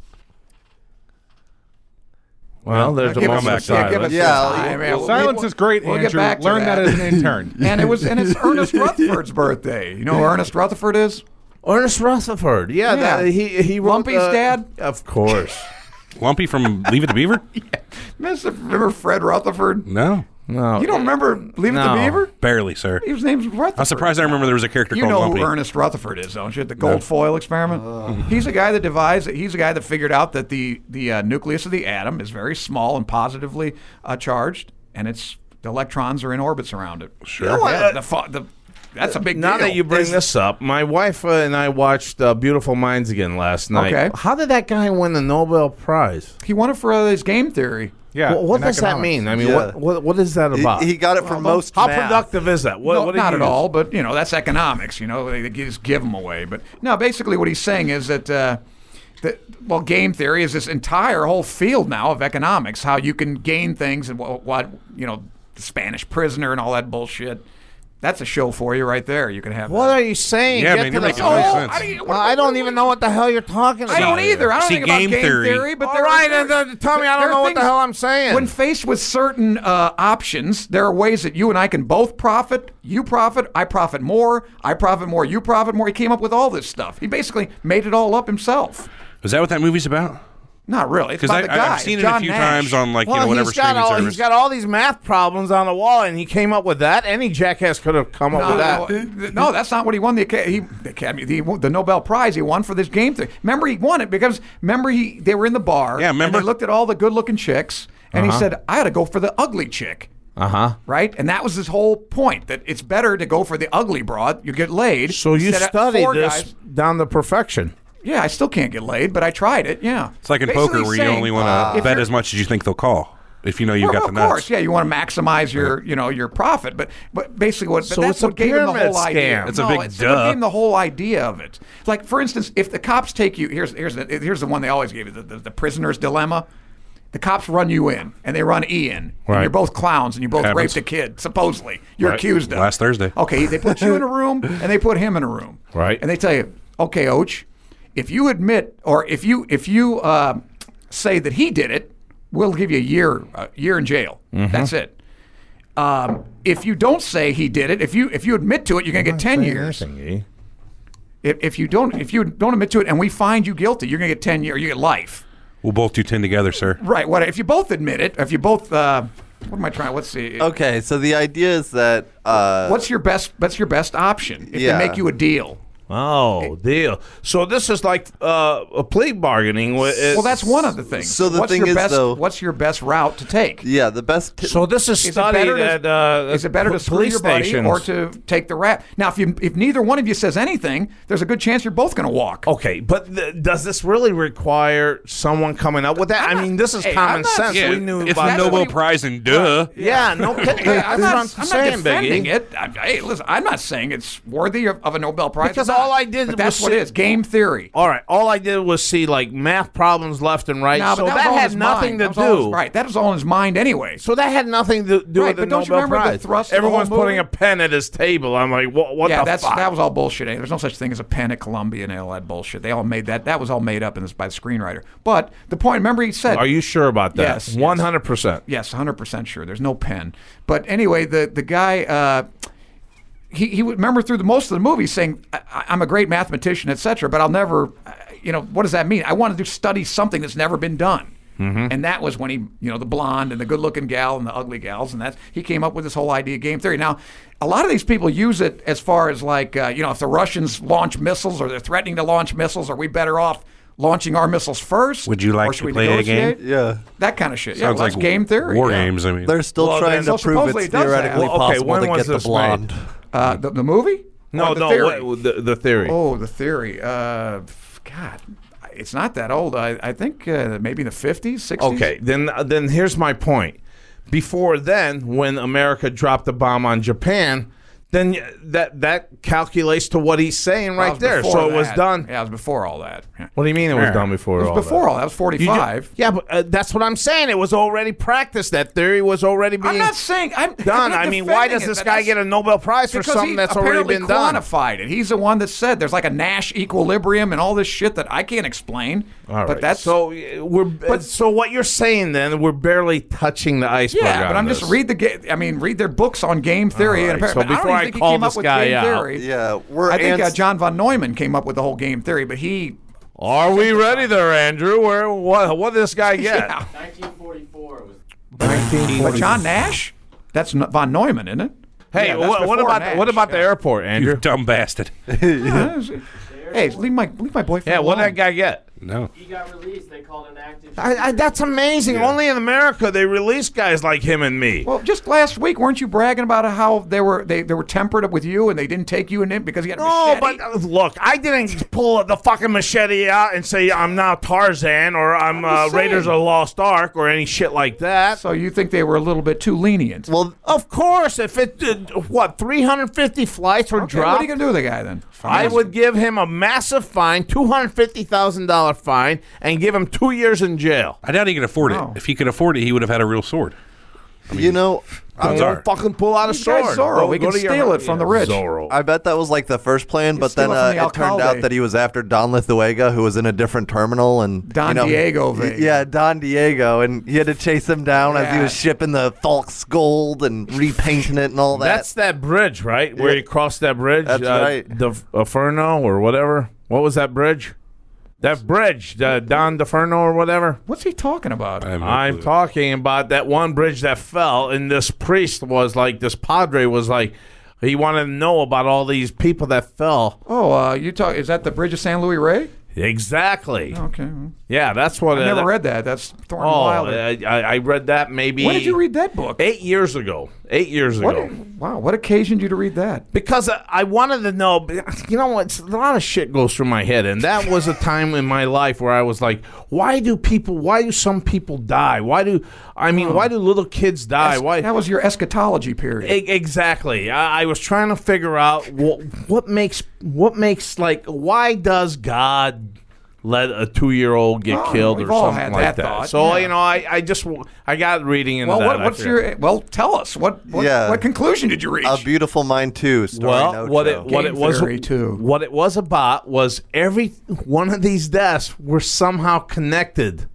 Speaker 3: Well, there's a
Speaker 6: Give
Speaker 3: moment
Speaker 6: us,
Speaker 4: Come
Speaker 3: of
Speaker 4: back,
Speaker 6: a- yeah, give us
Speaker 3: silence.
Speaker 5: Yeah,
Speaker 6: some time, man. We'll-
Speaker 7: Silence
Speaker 6: we'll-
Speaker 7: is great,
Speaker 6: we'll get
Speaker 7: Andrew.
Speaker 6: back to
Speaker 7: Learn that.
Speaker 6: that.
Speaker 7: as an intern.
Speaker 6: And it was and it's Ernest Rutherford's birthday. You know who Ernest Rutherford is?
Speaker 3: Ernest Rutherford. Yeah,
Speaker 6: Yeah.
Speaker 3: that- he he wrote,
Speaker 6: Lumpy's
Speaker 3: uh,
Speaker 6: dad?
Speaker 3: Of course.
Speaker 4: Lumpy from Leave It to Beaver?
Speaker 6: Miss- Remember Fred Rutherford?
Speaker 4: No.
Speaker 3: No,
Speaker 6: You don't remember Leave It
Speaker 3: No.
Speaker 6: to Beaver?
Speaker 4: Barely, sir.
Speaker 6: His name's Rutherford.
Speaker 4: I'm surprised I remember there was a character
Speaker 6: You
Speaker 4: called
Speaker 6: know
Speaker 4: Lumpy.
Speaker 6: who Ernest Rutherford is, don't you? The gold foil experiment. He's the guy that devised. He's the guy that figured out that the the uh, nucleus of the atom is very small and positively uh, charged, and it's the electrons are in orbits around it. Sure. the, fu- the, that's a big
Speaker 3: Now
Speaker 6: deal.
Speaker 3: that you bring this up, my wife uh, and I watched uh, Beautiful Minds again last night.
Speaker 6: Okay.
Speaker 3: How did that guy win the Nobel Prize?
Speaker 6: he won it for uh, his game theory.
Speaker 7: Yeah.
Speaker 3: Wh- what
Speaker 7: in
Speaker 3: does that
Speaker 7: economics.
Speaker 3: mean? I mean,
Speaker 5: Yeah.
Speaker 3: what, what what is that
Speaker 5: He,
Speaker 3: about?
Speaker 5: he got it for most.
Speaker 3: How
Speaker 5: math.
Speaker 3: productive is that? What,
Speaker 6: No,
Speaker 3: what did
Speaker 6: not
Speaker 3: he
Speaker 6: at
Speaker 3: use?
Speaker 6: all, but you know that's economics. You know they, they just give them away. But no, basically what he's saying is that. Uh, that, well, game theory is this entire whole field now of economics, how you can gain things and what, what you know, the Spanish prisoner and all that bullshit. That's a show for you right there. You can have.
Speaker 3: What
Speaker 6: that.
Speaker 3: are you saying?
Speaker 4: Yeah,
Speaker 3: Get
Speaker 4: man,
Speaker 3: to
Speaker 4: you're
Speaker 3: the
Speaker 4: making
Speaker 3: point.
Speaker 4: no
Speaker 6: Oh,
Speaker 4: sense.
Speaker 6: I don't,
Speaker 3: Well, I don't even know what the hell you're talking about.
Speaker 6: I don't either. I don't
Speaker 4: See,
Speaker 6: think about
Speaker 4: game
Speaker 6: game
Speaker 4: theory-
Speaker 6: theory. but
Speaker 3: All
Speaker 6: there
Speaker 3: right,
Speaker 6: are-
Speaker 3: and, uh, tell me I don't
Speaker 6: there are
Speaker 3: know what the
Speaker 6: things-
Speaker 3: hell I'm saying.
Speaker 6: When faced with certain uh, options, there are ways that you and I can both profit. You profit, I profit more. I profit more, you profit more. He came up with all this stuff. He basically made it all up himself.
Speaker 4: Is that what that movie's about?
Speaker 6: Not really. It's
Speaker 4: Because
Speaker 6: about the guy.
Speaker 4: I've seen it a
Speaker 6: John
Speaker 4: few
Speaker 6: Nash.
Speaker 4: times on like
Speaker 3: well,
Speaker 4: you know whatever
Speaker 3: he's got
Speaker 4: streaming
Speaker 3: all
Speaker 4: service.
Speaker 3: he's got all these math problems on the wall, and he came up with that. Any jackass could have come up with that.
Speaker 6: No, th- no, that's not what he won the Academy. He, the Academy, the, the Nobel Prize he won for this game thing. Remember, he won it because remember he they were in the bar.
Speaker 4: Yeah, remember? Uh-huh.
Speaker 6: And they looked at all the good-looking chicks, and he said, "I got to go for the ugly chick."
Speaker 3: Uh huh.
Speaker 6: Right, and that was his whole point that it's better to go for the ugly broad. You get laid.
Speaker 3: So you
Speaker 6: instead of
Speaker 3: studied
Speaker 6: uh, four
Speaker 3: this
Speaker 6: guys-
Speaker 3: down to perfection.
Speaker 6: Yeah, I still can't get laid, but I tried it. Yeah, uh,
Speaker 4: It's like in poker where you only want to bet as much as you think they'll call. If you know you've
Speaker 6: Well,
Speaker 4: got the
Speaker 6: of
Speaker 4: nuts.
Speaker 6: course, yeah. You want to maximize your, you know, your profit, but but basically what
Speaker 3: So
Speaker 6: but that's
Speaker 3: it's a
Speaker 6: what gave him the
Speaker 3: pyramid
Speaker 6: whole idea.
Speaker 3: scam.
Speaker 4: It's a
Speaker 6: no,
Speaker 4: big
Speaker 6: it's what
Speaker 4: duh.
Speaker 6: gave him the whole idea of it. Like for instance, if the cops take you, here's here's the, here's the one they always gave you, the, the, the prisoner's dilemma. The cops run you in, and they run E in.
Speaker 3: Right.
Speaker 6: And you're both clowns, and you both
Speaker 4: Happens.
Speaker 6: raped a kid. Supposedly, you're
Speaker 4: Right.
Speaker 6: accused of
Speaker 4: Last Thursday.
Speaker 6: Okay, they put you in a room, and they put him in a room.
Speaker 3: Right.
Speaker 6: And they tell you, okay, Oach, if you admit or if you if you uh, say that he did it, we'll give you a year a year in jail. That's it. Um, if you don't say he did it, if you if you admit to it, you're gonna eh? get ten years. If, if you don't if you don't admit to it, and we find you guilty, you're gonna get ten years. You get life.
Speaker 4: We'll both do ten together, sir.
Speaker 6: Right. What if you both admit it? If you both uh, what am I trying? Let's see.
Speaker 5: Okay, so the idea is that uh,
Speaker 6: What's your best? What's your best option if
Speaker 5: Yeah.
Speaker 6: they make you a deal?
Speaker 3: Oh, deal. So this is like uh, a plea bargaining. With,
Speaker 6: Well, that's one of the things.
Speaker 5: So the
Speaker 6: what's
Speaker 5: thing
Speaker 6: your
Speaker 5: is,
Speaker 6: best,
Speaker 5: though-
Speaker 6: what's your best route to take?
Speaker 5: yeah, the best. T-
Speaker 3: So this is,
Speaker 6: Is it
Speaker 3: studied
Speaker 6: better to,
Speaker 3: at uh,
Speaker 6: is it better to
Speaker 3: p-
Speaker 6: screw
Speaker 3: police
Speaker 6: your buddy
Speaker 3: stations.
Speaker 6: or to take the rap? Now, if you if neither one of you says anything, there's a good chance you're both going to walk.
Speaker 3: Okay, but th- does this really require someone coming up with that?
Speaker 6: I'm
Speaker 3: I
Speaker 6: not-
Speaker 3: mean, this is
Speaker 6: hey,
Speaker 3: common
Speaker 6: I'm not-
Speaker 3: sense.
Speaker 6: Yeah,
Speaker 3: we knew
Speaker 4: it's
Speaker 3: about
Speaker 4: the
Speaker 6: that's
Speaker 4: Nobel
Speaker 6: what he-
Speaker 4: Prize and duh.
Speaker 3: Yeah, no kidding.
Speaker 6: Hey,
Speaker 3: that's
Speaker 6: I'm,
Speaker 3: what
Speaker 6: not,
Speaker 3: I'm,
Speaker 6: I'm
Speaker 3: saying,
Speaker 6: not defending
Speaker 3: Biggie.
Speaker 6: it. I, hey, listen, I'm not saying it's worthy of, of a Nobel Prize. or
Speaker 3: Because
Speaker 6: not,
Speaker 3: all I did
Speaker 6: but that's
Speaker 3: was
Speaker 6: what
Speaker 3: say-
Speaker 6: it is. Game theory.
Speaker 3: All right, all I did was see like math problems left and right.
Speaker 6: No, but
Speaker 3: so
Speaker 6: that,
Speaker 3: that,
Speaker 6: was all in
Speaker 3: had
Speaker 6: his
Speaker 3: nothing
Speaker 6: mind.
Speaker 3: to
Speaker 6: That was all in his-
Speaker 3: do.
Speaker 6: right, that was all in his mind anyway.
Speaker 3: So that had nothing to do
Speaker 6: Right,
Speaker 3: with the
Speaker 6: but don't you
Speaker 3: Nobel
Speaker 6: remember the
Speaker 3: Prize.
Speaker 6: thrust of the
Speaker 3: Everyone's
Speaker 6: whole movie?
Speaker 3: putting a pen at his table. I'm like, what? What
Speaker 6: yeah,
Speaker 3: the
Speaker 6: that's
Speaker 3: fuck?
Speaker 6: that was all bullshit. eh? There's no such thing as a pen at Columbia and all that bullshit. They all made that. That was all made up in this by the screenwriter. But the point, remember, he said,
Speaker 3: Are you sure about that?
Speaker 6: Yes, yes.
Speaker 3: one hundred percent.
Speaker 6: uh, Yes, 100% sure. There's no pen. But anyway, the, the guy, uh, he, he would remember through the most of the movie saying, I- I, I'm a great mathematician, etc., but I'll never, uh, you know, what does that mean? I want to do, study something that's never been done.
Speaker 4: Mm-hmm.
Speaker 6: And that was when he, you know, the blonde and the good-looking gal and the ugly gals, and that's he came up with this whole idea of game theory. Now, a lot of these people use it as far as like, uh, you know, if the Russians launch missiles or they're threatening to launch missiles, are we better off launching our missiles first?
Speaker 4: Would you like
Speaker 6: Or
Speaker 4: to
Speaker 6: should we
Speaker 4: play a game?
Speaker 6: negotiate?
Speaker 5: yeah,
Speaker 6: That kind of shit. yeah,
Speaker 4: Sounds
Speaker 6: well,
Speaker 4: like
Speaker 6: that's game theory.
Speaker 4: War
Speaker 6: yeah.
Speaker 4: games. I mean,
Speaker 5: they're still
Speaker 3: Well,
Speaker 5: trying
Speaker 3: then-
Speaker 5: to
Speaker 6: so
Speaker 5: prove
Speaker 6: supposedly
Speaker 5: it's
Speaker 6: it does have-
Speaker 5: theoretically
Speaker 3: Well, okay,
Speaker 5: possible
Speaker 3: when
Speaker 5: to
Speaker 3: was
Speaker 5: get the
Speaker 3: this made?
Speaker 5: blonde.
Speaker 6: Uh, the, the movie?
Speaker 3: No,
Speaker 6: Or the
Speaker 3: no,
Speaker 6: theory?
Speaker 3: what- the, the theory.
Speaker 6: Oh, the theory. Uh, God, it's not that old. I, I think uh, maybe the 50s, 60s.
Speaker 3: Okay, then uh, then here's my point. Before then, when America dropped the bomb on Japan, then y- that that calculates to what he's saying
Speaker 6: That
Speaker 3: right
Speaker 6: was
Speaker 3: there.
Speaker 6: before
Speaker 3: So it was
Speaker 6: that.
Speaker 3: done.
Speaker 6: Yeah, it was before all that. Yeah.
Speaker 3: What do you mean it was done before?
Speaker 6: It was
Speaker 3: all
Speaker 6: before
Speaker 3: that?
Speaker 6: all that. was
Speaker 3: You ju-
Speaker 6: 45.
Speaker 3: yeah, but uh, that's what I'm saying. It was already practiced. That theory was already being
Speaker 6: I'm not saying I'm
Speaker 3: done. I mean, why does this guy get a Nobel Prize for
Speaker 6: because
Speaker 3: something
Speaker 6: he
Speaker 3: that's already
Speaker 6: apparently
Speaker 3: been done?
Speaker 6: quantified it. He's the one that said there's like a Nash equilibrium and all this shit that I can't explain.
Speaker 3: All
Speaker 6: But
Speaker 3: right,
Speaker 6: that's
Speaker 3: so uh, we're but, so what you're saying then we're barely touching the iceberg.
Speaker 6: Yeah, but
Speaker 3: on
Speaker 6: I'm
Speaker 3: this.
Speaker 6: just read the ga- I mean, read their books on game theory.
Speaker 3: All
Speaker 6: and
Speaker 3: right,
Speaker 6: apparently,
Speaker 3: so
Speaker 6: but
Speaker 3: before
Speaker 6: I
Speaker 3: I
Speaker 6: don't even think
Speaker 3: call
Speaker 6: he came
Speaker 3: this
Speaker 6: up with
Speaker 3: guy
Speaker 6: game
Speaker 3: out-
Speaker 6: theory.
Speaker 5: Yeah, we're
Speaker 6: I think uh,
Speaker 5: ans-
Speaker 6: John von Neumann came up with the whole game theory, but he
Speaker 3: Are we ready there, Andrew? Where what what did this guy get?
Speaker 6: yeah.
Speaker 9: 1944 was
Speaker 6: But John Nash, that's n- von Neumann, isn't it?
Speaker 3: Hey,
Speaker 6: Yeah, that's
Speaker 3: what, what
Speaker 6: before
Speaker 3: about
Speaker 6: Nash,
Speaker 3: what about the
Speaker 6: yeah.
Speaker 3: airport,
Speaker 4: you
Speaker 3: Andrew?
Speaker 4: dumb bastard.
Speaker 6: Hey, leave my leave my boyfriend.
Speaker 3: Yeah, what
Speaker 6: alone.
Speaker 3: that guy get?
Speaker 4: No,
Speaker 9: he got released. They called an active.
Speaker 3: I, I, that's amazing. Only in America they release guys like him and me.
Speaker 6: Well, just last week, weren't you bragging about how they were they, they were tempered with you and they didn't take you in it because you had a
Speaker 3: no,
Speaker 6: machete?
Speaker 3: but uh, look, I didn't pull the fucking machete out and say I'm now Tarzan or I'm,
Speaker 6: I'm
Speaker 3: uh,
Speaker 6: just
Speaker 3: Raiders of
Speaker 6: saying.
Speaker 3: the Lost Ark or any shit like that.
Speaker 6: so you think they were a little bit too lenient?
Speaker 5: well,
Speaker 3: Of course, if it uh, what 350 flights were
Speaker 6: okay,
Speaker 3: dropped,
Speaker 6: what are you gonna do with the guy then?
Speaker 3: I would give him a massive fine, two hundred fifty thousand dollar fine, and give him two years in jail.
Speaker 4: I doubt he could afford it.
Speaker 6: No.
Speaker 4: If he could afford it, he would have had a real sword.
Speaker 5: you know,
Speaker 3: I
Speaker 4: That's
Speaker 3: don't
Speaker 4: art.
Speaker 3: fucking pull out a
Speaker 6: These guys
Speaker 3: sword.
Speaker 6: Zorro.
Speaker 3: Go-
Speaker 6: We
Speaker 3: go
Speaker 6: can
Speaker 3: to your-
Speaker 6: steal it from the rich.
Speaker 3: Zorro.
Speaker 5: I bet that was like the first plan, but then
Speaker 6: steal it
Speaker 5: uh,
Speaker 6: from the
Speaker 5: it turned
Speaker 6: alcalde.
Speaker 5: out that he was after Don Lithuega, who was in a different terminal, and
Speaker 6: Don
Speaker 5: you know,
Speaker 6: Diego Vega.
Speaker 5: Yeah, Don Diego, and you had to chase him down as he
Speaker 6: Yeah.
Speaker 5: was shipping the Falk's gold and repainting it and all that.
Speaker 3: That's that bridge, right? Where you cross that bridge.
Speaker 5: That's
Speaker 3: uh,
Speaker 5: right.
Speaker 3: The Inferno or whatever. What was that bridge? That bridge, the Don DeFerno or whatever.
Speaker 6: What's he talking about?
Speaker 4: I have no
Speaker 3: I'm
Speaker 4: clue.
Speaker 3: talking about that one bridge that fell, and this priest was like, this padre was like, he wanted to know about all these people that fell.
Speaker 6: Oh, uh, you talk. Is that the Bridge of San Luis Rey?
Speaker 3: Exactly.
Speaker 6: Okay, well,
Speaker 3: Yeah, that's what.
Speaker 6: I
Speaker 3: uh,
Speaker 6: never
Speaker 3: that-
Speaker 6: read that. That's Thorne
Speaker 3: Oh,
Speaker 6: Wilder.
Speaker 3: I, I I read that maybe.
Speaker 6: when did you read that book?
Speaker 3: Eight years ago. Eight years
Speaker 6: What-
Speaker 3: ago.
Speaker 6: wow, what occasioned you to read that?
Speaker 3: because I, I wanted to know. You know what? A lot of shit goes through my head, and that was a time in my life where I was like, "Why do people? Why do some people die? Why do? I mean, why do little kids die?
Speaker 6: Es-
Speaker 3: why?
Speaker 6: That was your eschatology period.
Speaker 3: E- exactly. I, I was trying to figure out what, what makes what makes like why does God let a two year old get
Speaker 6: Oh,
Speaker 3: killed
Speaker 6: we've
Speaker 3: or
Speaker 6: all
Speaker 3: something
Speaker 6: had
Speaker 3: like
Speaker 6: that
Speaker 3: that?
Speaker 6: thought,
Speaker 3: so
Speaker 6: yeah.
Speaker 3: you know, I, I just w- I got reading into
Speaker 6: well,
Speaker 3: that.
Speaker 6: what,
Speaker 3: I
Speaker 6: what's
Speaker 3: forget.
Speaker 6: your? Well, tell us what. What,
Speaker 5: Yeah.
Speaker 6: what conclusion did you reach?
Speaker 5: a beautiful mind too. Starring
Speaker 3: Well, what it
Speaker 5: Ocho.
Speaker 3: what
Speaker 6: Game
Speaker 3: it was
Speaker 6: theory, too.
Speaker 3: what it was about was every one of these deaths were somehow connected,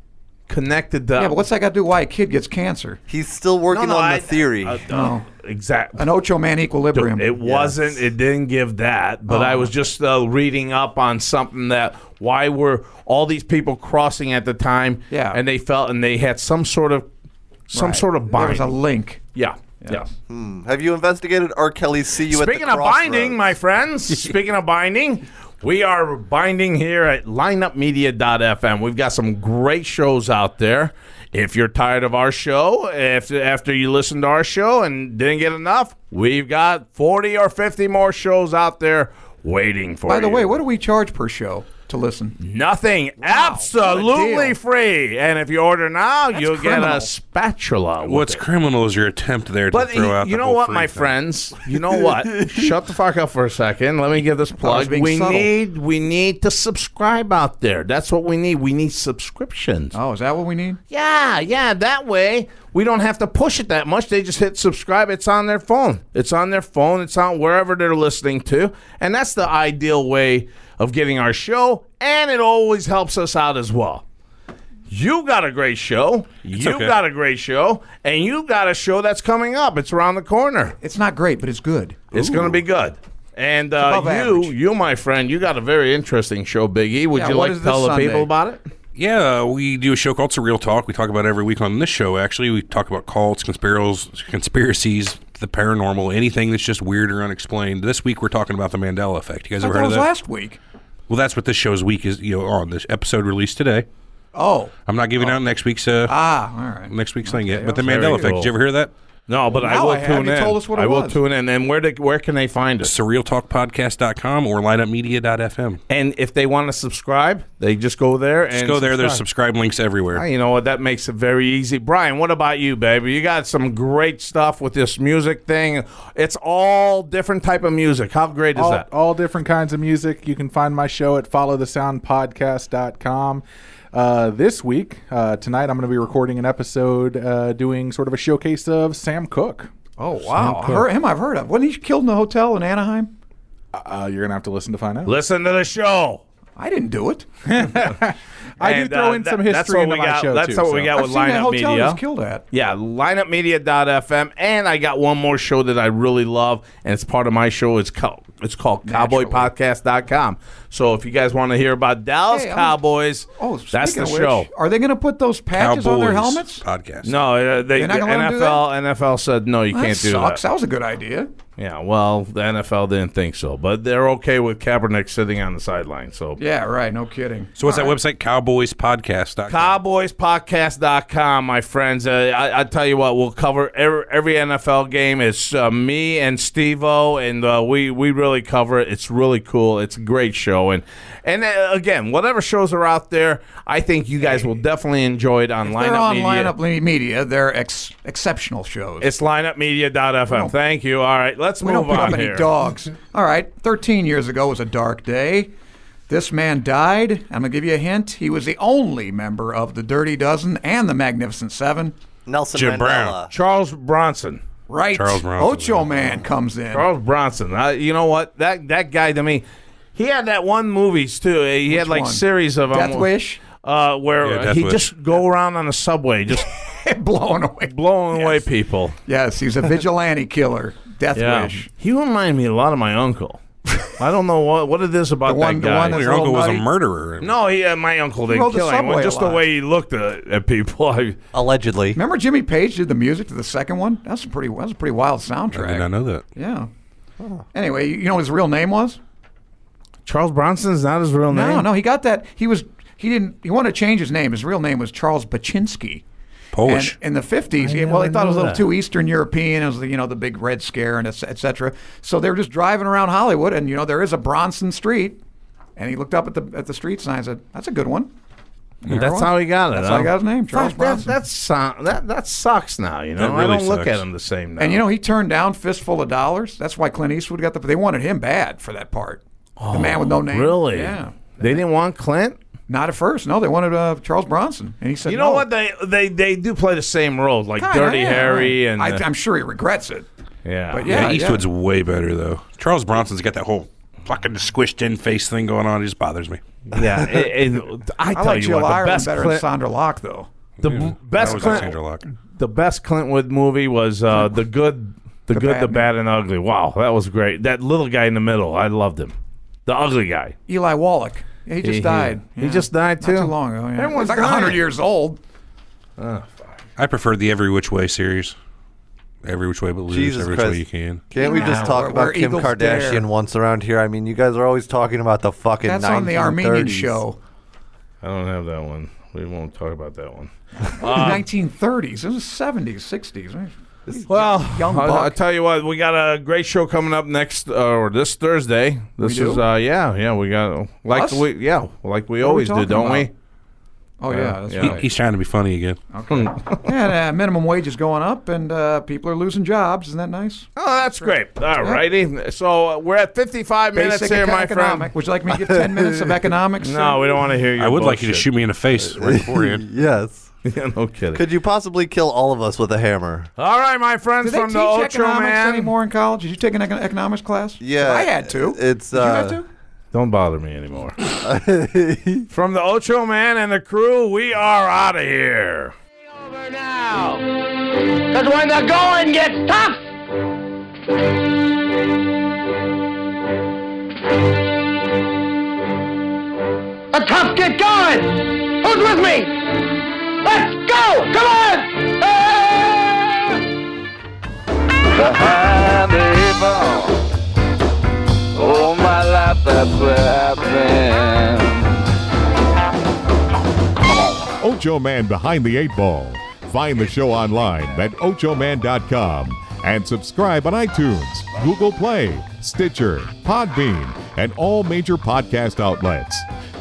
Speaker 3: connected. To,
Speaker 6: yeah, but what's that got to do? Why a kid gets cancer?
Speaker 5: He's still working on the theory.
Speaker 3: Exactly.
Speaker 6: Oh. An Ocho Man equilibrium.
Speaker 3: It wasn't. It didn't give that. But
Speaker 6: Oh.
Speaker 3: I was just uh, reading up on something that why were all these people crossing at the time?
Speaker 6: Yeah.
Speaker 3: and they felt and they had some sort of some
Speaker 6: Right.
Speaker 3: sort of
Speaker 6: There was
Speaker 3: binding.
Speaker 6: a link.
Speaker 3: yeah. Yeah.
Speaker 5: Have you investigated R. Kelly's "See You
Speaker 3: Speaking
Speaker 5: at the
Speaker 3: of binding,
Speaker 5: Crossroads?
Speaker 3: my friends, speaking of binding, we are binding here at lineupmedia.fm. We've got some great shows out there. If you're tired of our show, if after you listened to our show and didn't get enough, we've got 40 or 50 more shows out there waiting for you. Mm-hmm.
Speaker 6: By the way, what do we charge per show to listen?
Speaker 3: Nothing.
Speaker 6: what a
Speaker 3: absolutely
Speaker 6: deal.
Speaker 3: free. And if you order now, you'll get
Speaker 6: criminal.
Speaker 3: a spatula. with
Speaker 4: What's
Speaker 3: it.
Speaker 4: criminal is your attempt there to
Speaker 3: But
Speaker 4: throw
Speaker 3: y-
Speaker 4: out.
Speaker 3: you
Speaker 4: the
Speaker 3: know
Speaker 4: whole
Speaker 3: what,
Speaker 4: free
Speaker 3: my
Speaker 4: thing.
Speaker 3: friends? You know what? Shut the fuck up for a second. Let me give this
Speaker 6: I was
Speaker 3: plug.
Speaker 6: being
Speaker 3: We
Speaker 6: subtle.
Speaker 3: need we need to subscribe out there. That's what we need. We need subscriptions.
Speaker 6: Oh, is that what we need?
Speaker 3: Yeah, yeah. That way we don't have to push it that much. They just hit subscribe. It's on their phone. It's on their phone. It's on wherever they're listening to, and that's the ideal way of getting our show. And it always helps us out as well. You got a great show. you
Speaker 4: okay.
Speaker 3: got a great show, and you got a show that's coming up. It's around the corner.
Speaker 6: It's not great, but it's good.
Speaker 3: It's going to be good. And uh,
Speaker 6: above
Speaker 3: you,
Speaker 6: average.
Speaker 3: you, my friend, you got a very interesting show, Biggie. Would
Speaker 6: Yeah,
Speaker 3: you like
Speaker 6: what is
Speaker 3: to tell
Speaker 6: this
Speaker 3: the people
Speaker 6: Sunday?
Speaker 3: about it?
Speaker 4: Yeah, we do a show called Surreal Talk. We talk about it every week on this show. Actually, we talk about cults, conspirals, conspiracies, the paranormal, anything that's just weird or unexplained. This week we're talking about the Mandela effect. You guys
Speaker 6: I
Speaker 4: ever
Speaker 6: thought it
Speaker 4: heard of
Speaker 6: was
Speaker 4: that?
Speaker 6: last week.
Speaker 4: well, that's what this show's week is. You know, on this episode released today.
Speaker 6: Oh,
Speaker 4: I'm not giving out next week's uh,
Speaker 6: ah, all right.
Speaker 4: next week's thing yet. But the
Speaker 3: Very
Speaker 4: Mandela effect.
Speaker 3: cool.
Speaker 4: Did you ever hear that?
Speaker 3: No, but I
Speaker 6: Now
Speaker 3: will
Speaker 6: I have.
Speaker 3: tune
Speaker 6: You
Speaker 3: in.
Speaker 6: told us what it
Speaker 3: I will
Speaker 6: was.
Speaker 3: tune in. And where do, where can they find us?
Speaker 4: SurrealTalkPodcast.com or lineupmedia.fm.
Speaker 3: And if they want to subscribe, they just go there and
Speaker 4: Just go there. There's
Speaker 3: subscribe.
Speaker 4: subscribe links everywhere.
Speaker 3: Ah, You know what? That makes it very easy. Brian, what about you, baby? You got some great stuff with this music thing. It's all different type of music. How great is
Speaker 7: all,
Speaker 3: that?
Speaker 7: all different kinds of music. You can find my show at followthesoundpodcast.com. Uh, this week, uh, tonight, I'm going to be recording an episode uh, doing sort of a showcase of Sam Cooke.
Speaker 6: Oh, wow. I heard, him I've heard of. Wasn't he killed in a hotel in Anaheim?
Speaker 7: Uh, you're going to have to listen to find out.
Speaker 3: Listen to the show.
Speaker 6: I didn't do it.
Speaker 7: I do
Speaker 3: And,
Speaker 7: throw
Speaker 3: uh,
Speaker 7: in
Speaker 3: that-
Speaker 7: some
Speaker 3: that's what
Speaker 7: history into
Speaker 3: we
Speaker 7: my
Speaker 3: got-
Speaker 7: show,
Speaker 3: That's
Speaker 7: too,
Speaker 3: what we
Speaker 7: so.
Speaker 3: got
Speaker 6: I've
Speaker 3: with
Speaker 6: seen that
Speaker 3: Lineup
Speaker 6: hotel
Speaker 3: Media.
Speaker 6: that was killed at.
Speaker 3: Yeah, lineupmedia.fm. And I got one more show that I really love, and it's part of my show. It's called, it's called
Speaker 6: Naturally.
Speaker 3: CowboyPodcast.com. So if you guys want to hear about Dallas
Speaker 6: Hey, I'm-
Speaker 3: Cowboys,
Speaker 6: Oh,
Speaker 3: that's
Speaker 6: speaking
Speaker 3: the
Speaker 6: of which,
Speaker 3: show.
Speaker 6: Are they going to put those patches on their helmets?
Speaker 4: podcast.
Speaker 3: No, uh, they, the
Speaker 6: They're not gonna let 'em do
Speaker 3: NFL NFL said no, you
Speaker 6: That
Speaker 3: can't do
Speaker 6: sucks.
Speaker 3: that.
Speaker 6: That was a good idea.
Speaker 3: Yeah, well, the NFL didn't think so, but they're okay with Kaepernick sitting on the sideline. So
Speaker 6: Yeah, right. No kidding.
Speaker 4: So what's that website? Cowboyspodcast.com.
Speaker 3: CowboysPodcast.com, my friends. Uh, I, I tell you what, we'll cover every, every NFL game. It's uh, me and Steve-O, and uh, we, we really cover it. It's really cool. It's a great show. And and uh, again, whatever shows are out there, I think you guys will definitely enjoy it on
Speaker 6: They're
Speaker 3: Lineup
Speaker 6: on
Speaker 3: Media.
Speaker 6: lineup Le- media. They're ex- exceptional shows.
Speaker 3: It's lineupmedia.fm. Thank you. All right, let's
Speaker 6: we
Speaker 3: move
Speaker 6: don't put
Speaker 3: on
Speaker 6: up
Speaker 3: here.
Speaker 6: any dogs. All right. 13 years ago was a dark day. This man died. I'm going to give you a hint. He was the only member of the Dirty Dozen and the Magnificent Seven.
Speaker 5: Nelson
Speaker 4: Jim
Speaker 5: Mandela.
Speaker 4: Brown.
Speaker 3: Charles Bronson.
Speaker 6: Right.
Speaker 4: Charles Bronson.
Speaker 6: Ocho Man comes in.
Speaker 3: Charles Bronson. I, you know what? That that guy to me, he had that one movies too. He had
Speaker 6: Which
Speaker 3: like
Speaker 6: one?
Speaker 3: series of um, 'em.
Speaker 6: Death Wish?
Speaker 3: uh, where
Speaker 4: Yeah, Death
Speaker 3: he
Speaker 4: Wish.
Speaker 3: just go around on the subway, just
Speaker 6: Blowing away.
Speaker 3: blowing away people.
Speaker 6: Yes, he's a vigilante killer. Death
Speaker 3: Yeah,
Speaker 6: Wish.
Speaker 3: he reminded me a lot of my uncle. I don't know what what it is about
Speaker 6: The one-
Speaker 3: that
Speaker 6: the
Speaker 3: guy.
Speaker 6: one
Speaker 4: Well,
Speaker 6: that's
Speaker 4: your
Speaker 6: Little
Speaker 4: uncle was a
Speaker 6: nutty.
Speaker 4: murderer.
Speaker 3: no, he, uh, my uncle didn't
Speaker 6: rode the
Speaker 3: kill anyone.
Speaker 6: subway a
Speaker 3: Just the
Speaker 6: lot.
Speaker 3: way he looked at, at people. I,
Speaker 5: Allegedly.
Speaker 6: Remember Jimmy Page did the music to the second one? That's a pretty that's a pretty wild
Speaker 4: I did
Speaker 6: soundtrack.
Speaker 4: not know that.
Speaker 6: Yeah. Anyway, you you know what his real name was?
Speaker 3: Charles Bronson's not his real name.
Speaker 6: No, no, he got that. He was he didn't he wanted to change his name. His real name was Charles Baczynski.
Speaker 4: Polish.
Speaker 6: And in the 50s,
Speaker 3: I
Speaker 6: yeah, well, they
Speaker 3: never
Speaker 6: thought it was a
Speaker 3: knew
Speaker 6: little
Speaker 3: that.
Speaker 6: too Eastern European. It was, you know, the big Red Scare and et et cetera. So they were just driving around Hollywood, and, you know, there is a Bronson Street. And he looked up at the at the street sign and said, that's a good one.
Speaker 3: That's how he got it.
Speaker 6: That's how he got his name, Charles
Speaker 3: Fuck,
Speaker 6: Bronson.
Speaker 3: That, that, so- that, that sucks now, you know.
Speaker 4: That really
Speaker 3: I don't look
Speaker 4: sucks.
Speaker 3: at him the same now.
Speaker 6: And, you know, he turned down Fistful of Dollars. That's why Clint Eastwood got the... They wanted him bad for that part. the man with no name.
Speaker 3: Oh, Really?
Speaker 6: Yeah.
Speaker 3: They didn't want Clint?
Speaker 6: Not at first. No, they wanted uh, Charles Bronson. And he said
Speaker 3: You know
Speaker 6: no.
Speaker 3: what? They, they they do play the same role, like
Speaker 6: Kinda,
Speaker 3: Dirty
Speaker 6: yeah,
Speaker 3: Harry
Speaker 6: right.
Speaker 3: and
Speaker 6: I, I'm sure he regrets it.
Speaker 3: yeah.
Speaker 6: But
Speaker 4: Yeah,
Speaker 6: yeah,
Speaker 4: Eastwood's way better though. Charles Bronson's got that whole fucking squished in face thing going on. It just bothers me.
Speaker 3: yeah. and- and I
Speaker 6: I
Speaker 3: tell
Speaker 6: like
Speaker 3: you
Speaker 6: Jill
Speaker 3: what, the
Speaker 6: Ireland
Speaker 3: best
Speaker 6: better than
Speaker 3: Clint,
Speaker 6: Sandra Locke, though.
Speaker 3: the b- best
Speaker 4: was
Speaker 3: Clint,
Speaker 4: Alexander Locke.
Speaker 3: the best Clint Wood movie was uh, the good, the, good,
Speaker 6: Bad
Speaker 3: the
Speaker 6: Man.
Speaker 3: bad and ugly. Wow, that was great. That little guy in the middle, I loved him. The ugly guy.
Speaker 6: Eli Wallach. Yeah, he just
Speaker 3: He- he-
Speaker 6: died.
Speaker 3: He
Speaker 6: Yeah.
Speaker 3: just died
Speaker 6: Not
Speaker 3: too.
Speaker 6: too long ago. Yeah.
Speaker 3: Everyone's
Speaker 6: Everyone's like
Speaker 3: dying.
Speaker 6: 100 years old.
Speaker 4: I preferred the Every Which Way series. Every Which Way But Loose,
Speaker 5: Jesus
Speaker 4: Every Which
Speaker 5: Christ.
Speaker 4: Way You Can.
Speaker 5: Can't we
Speaker 6: Nah,
Speaker 5: just talk
Speaker 6: we're- we're
Speaker 5: about Kim
Speaker 6: Eagles
Speaker 5: Kardashian
Speaker 6: Dare.
Speaker 5: once around here? I mean, you guys are always talking about the fucking.
Speaker 6: That's on the Armenian
Speaker 5: 1930s.
Speaker 6: show.
Speaker 3: I don't have that one. We won't talk about that one.
Speaker 6: 1930s. It was 70s, 60s. right?
Speaker 3: Well,
Speaker 6: Young
Speaker 3: I'll,
Speaker 6: buck.
Speaker 3: I'll tell you what, we got a great show coming up next uh, or this Thursday. This
Speaker 6: do?
Speaker 3: is uh, yeah, yeah, we got like
Speaker 6: Us?
Speaker 3: we yeah, like we
Speaker 6: are we
Speaker 3: always do,
Speaker 6: talking
Speaker 3: don't we?
Speaker 6: about? Oh, yeah. That's
Speaker 3: yeah.
Speaker 6: right.
Speaker 4: He's trying to be funny again.
Speaker 6: yeah, and, uh, minimum wage is going up, and uh, people are losing jobs. Isn't that nice?
Speaker 3: Oh, that's great. All righty. So uh, we're at 55 minutes here, my friend.
Speaker 6: economic. Would you like me to give 10 minutes of economics?
Speaker 3: No, we don't want to hear you.
Speaker 4: I would like you to shoot me in the face right beforehand.
Speaker 5: Yes.
Speaker 3: yeah, no kidding.
Speaker 5: Could you possibly kill all of us with a hammer?
Speaker 3: All right, my friends
Speaker 6: Did they
Speaker 3: from
Speaker 6: teach
Speaker 3: the Ocho
Speaker 6: economics
Speaker 3: Man.
Speaker 6: anymore in college? Did you take an econ- economics class?
Speaker 5: Yeah,
Speaker 6: I had to.
Speaker 5: it's,
Speaker 6: Did you have
Speaker 5: uh,
Speaker 6: to?
Speaker 3: Don't bother me anymore. from the Ocho Man and the crew, we are out of here.
Speaker 9: Over now. Because when the going gets tough, the tough get going. Who's with me? Let's go! Come on! Ah!
Speaker 2: behind the eight ball. All my life, that's where I've been.
Speaker 1: Ocho Man Behind the Eight Ball. Find the show online at ochoman.com and subscribe on iTunes, Google Play, Stitcher, Podbean, and all major podcast outlets.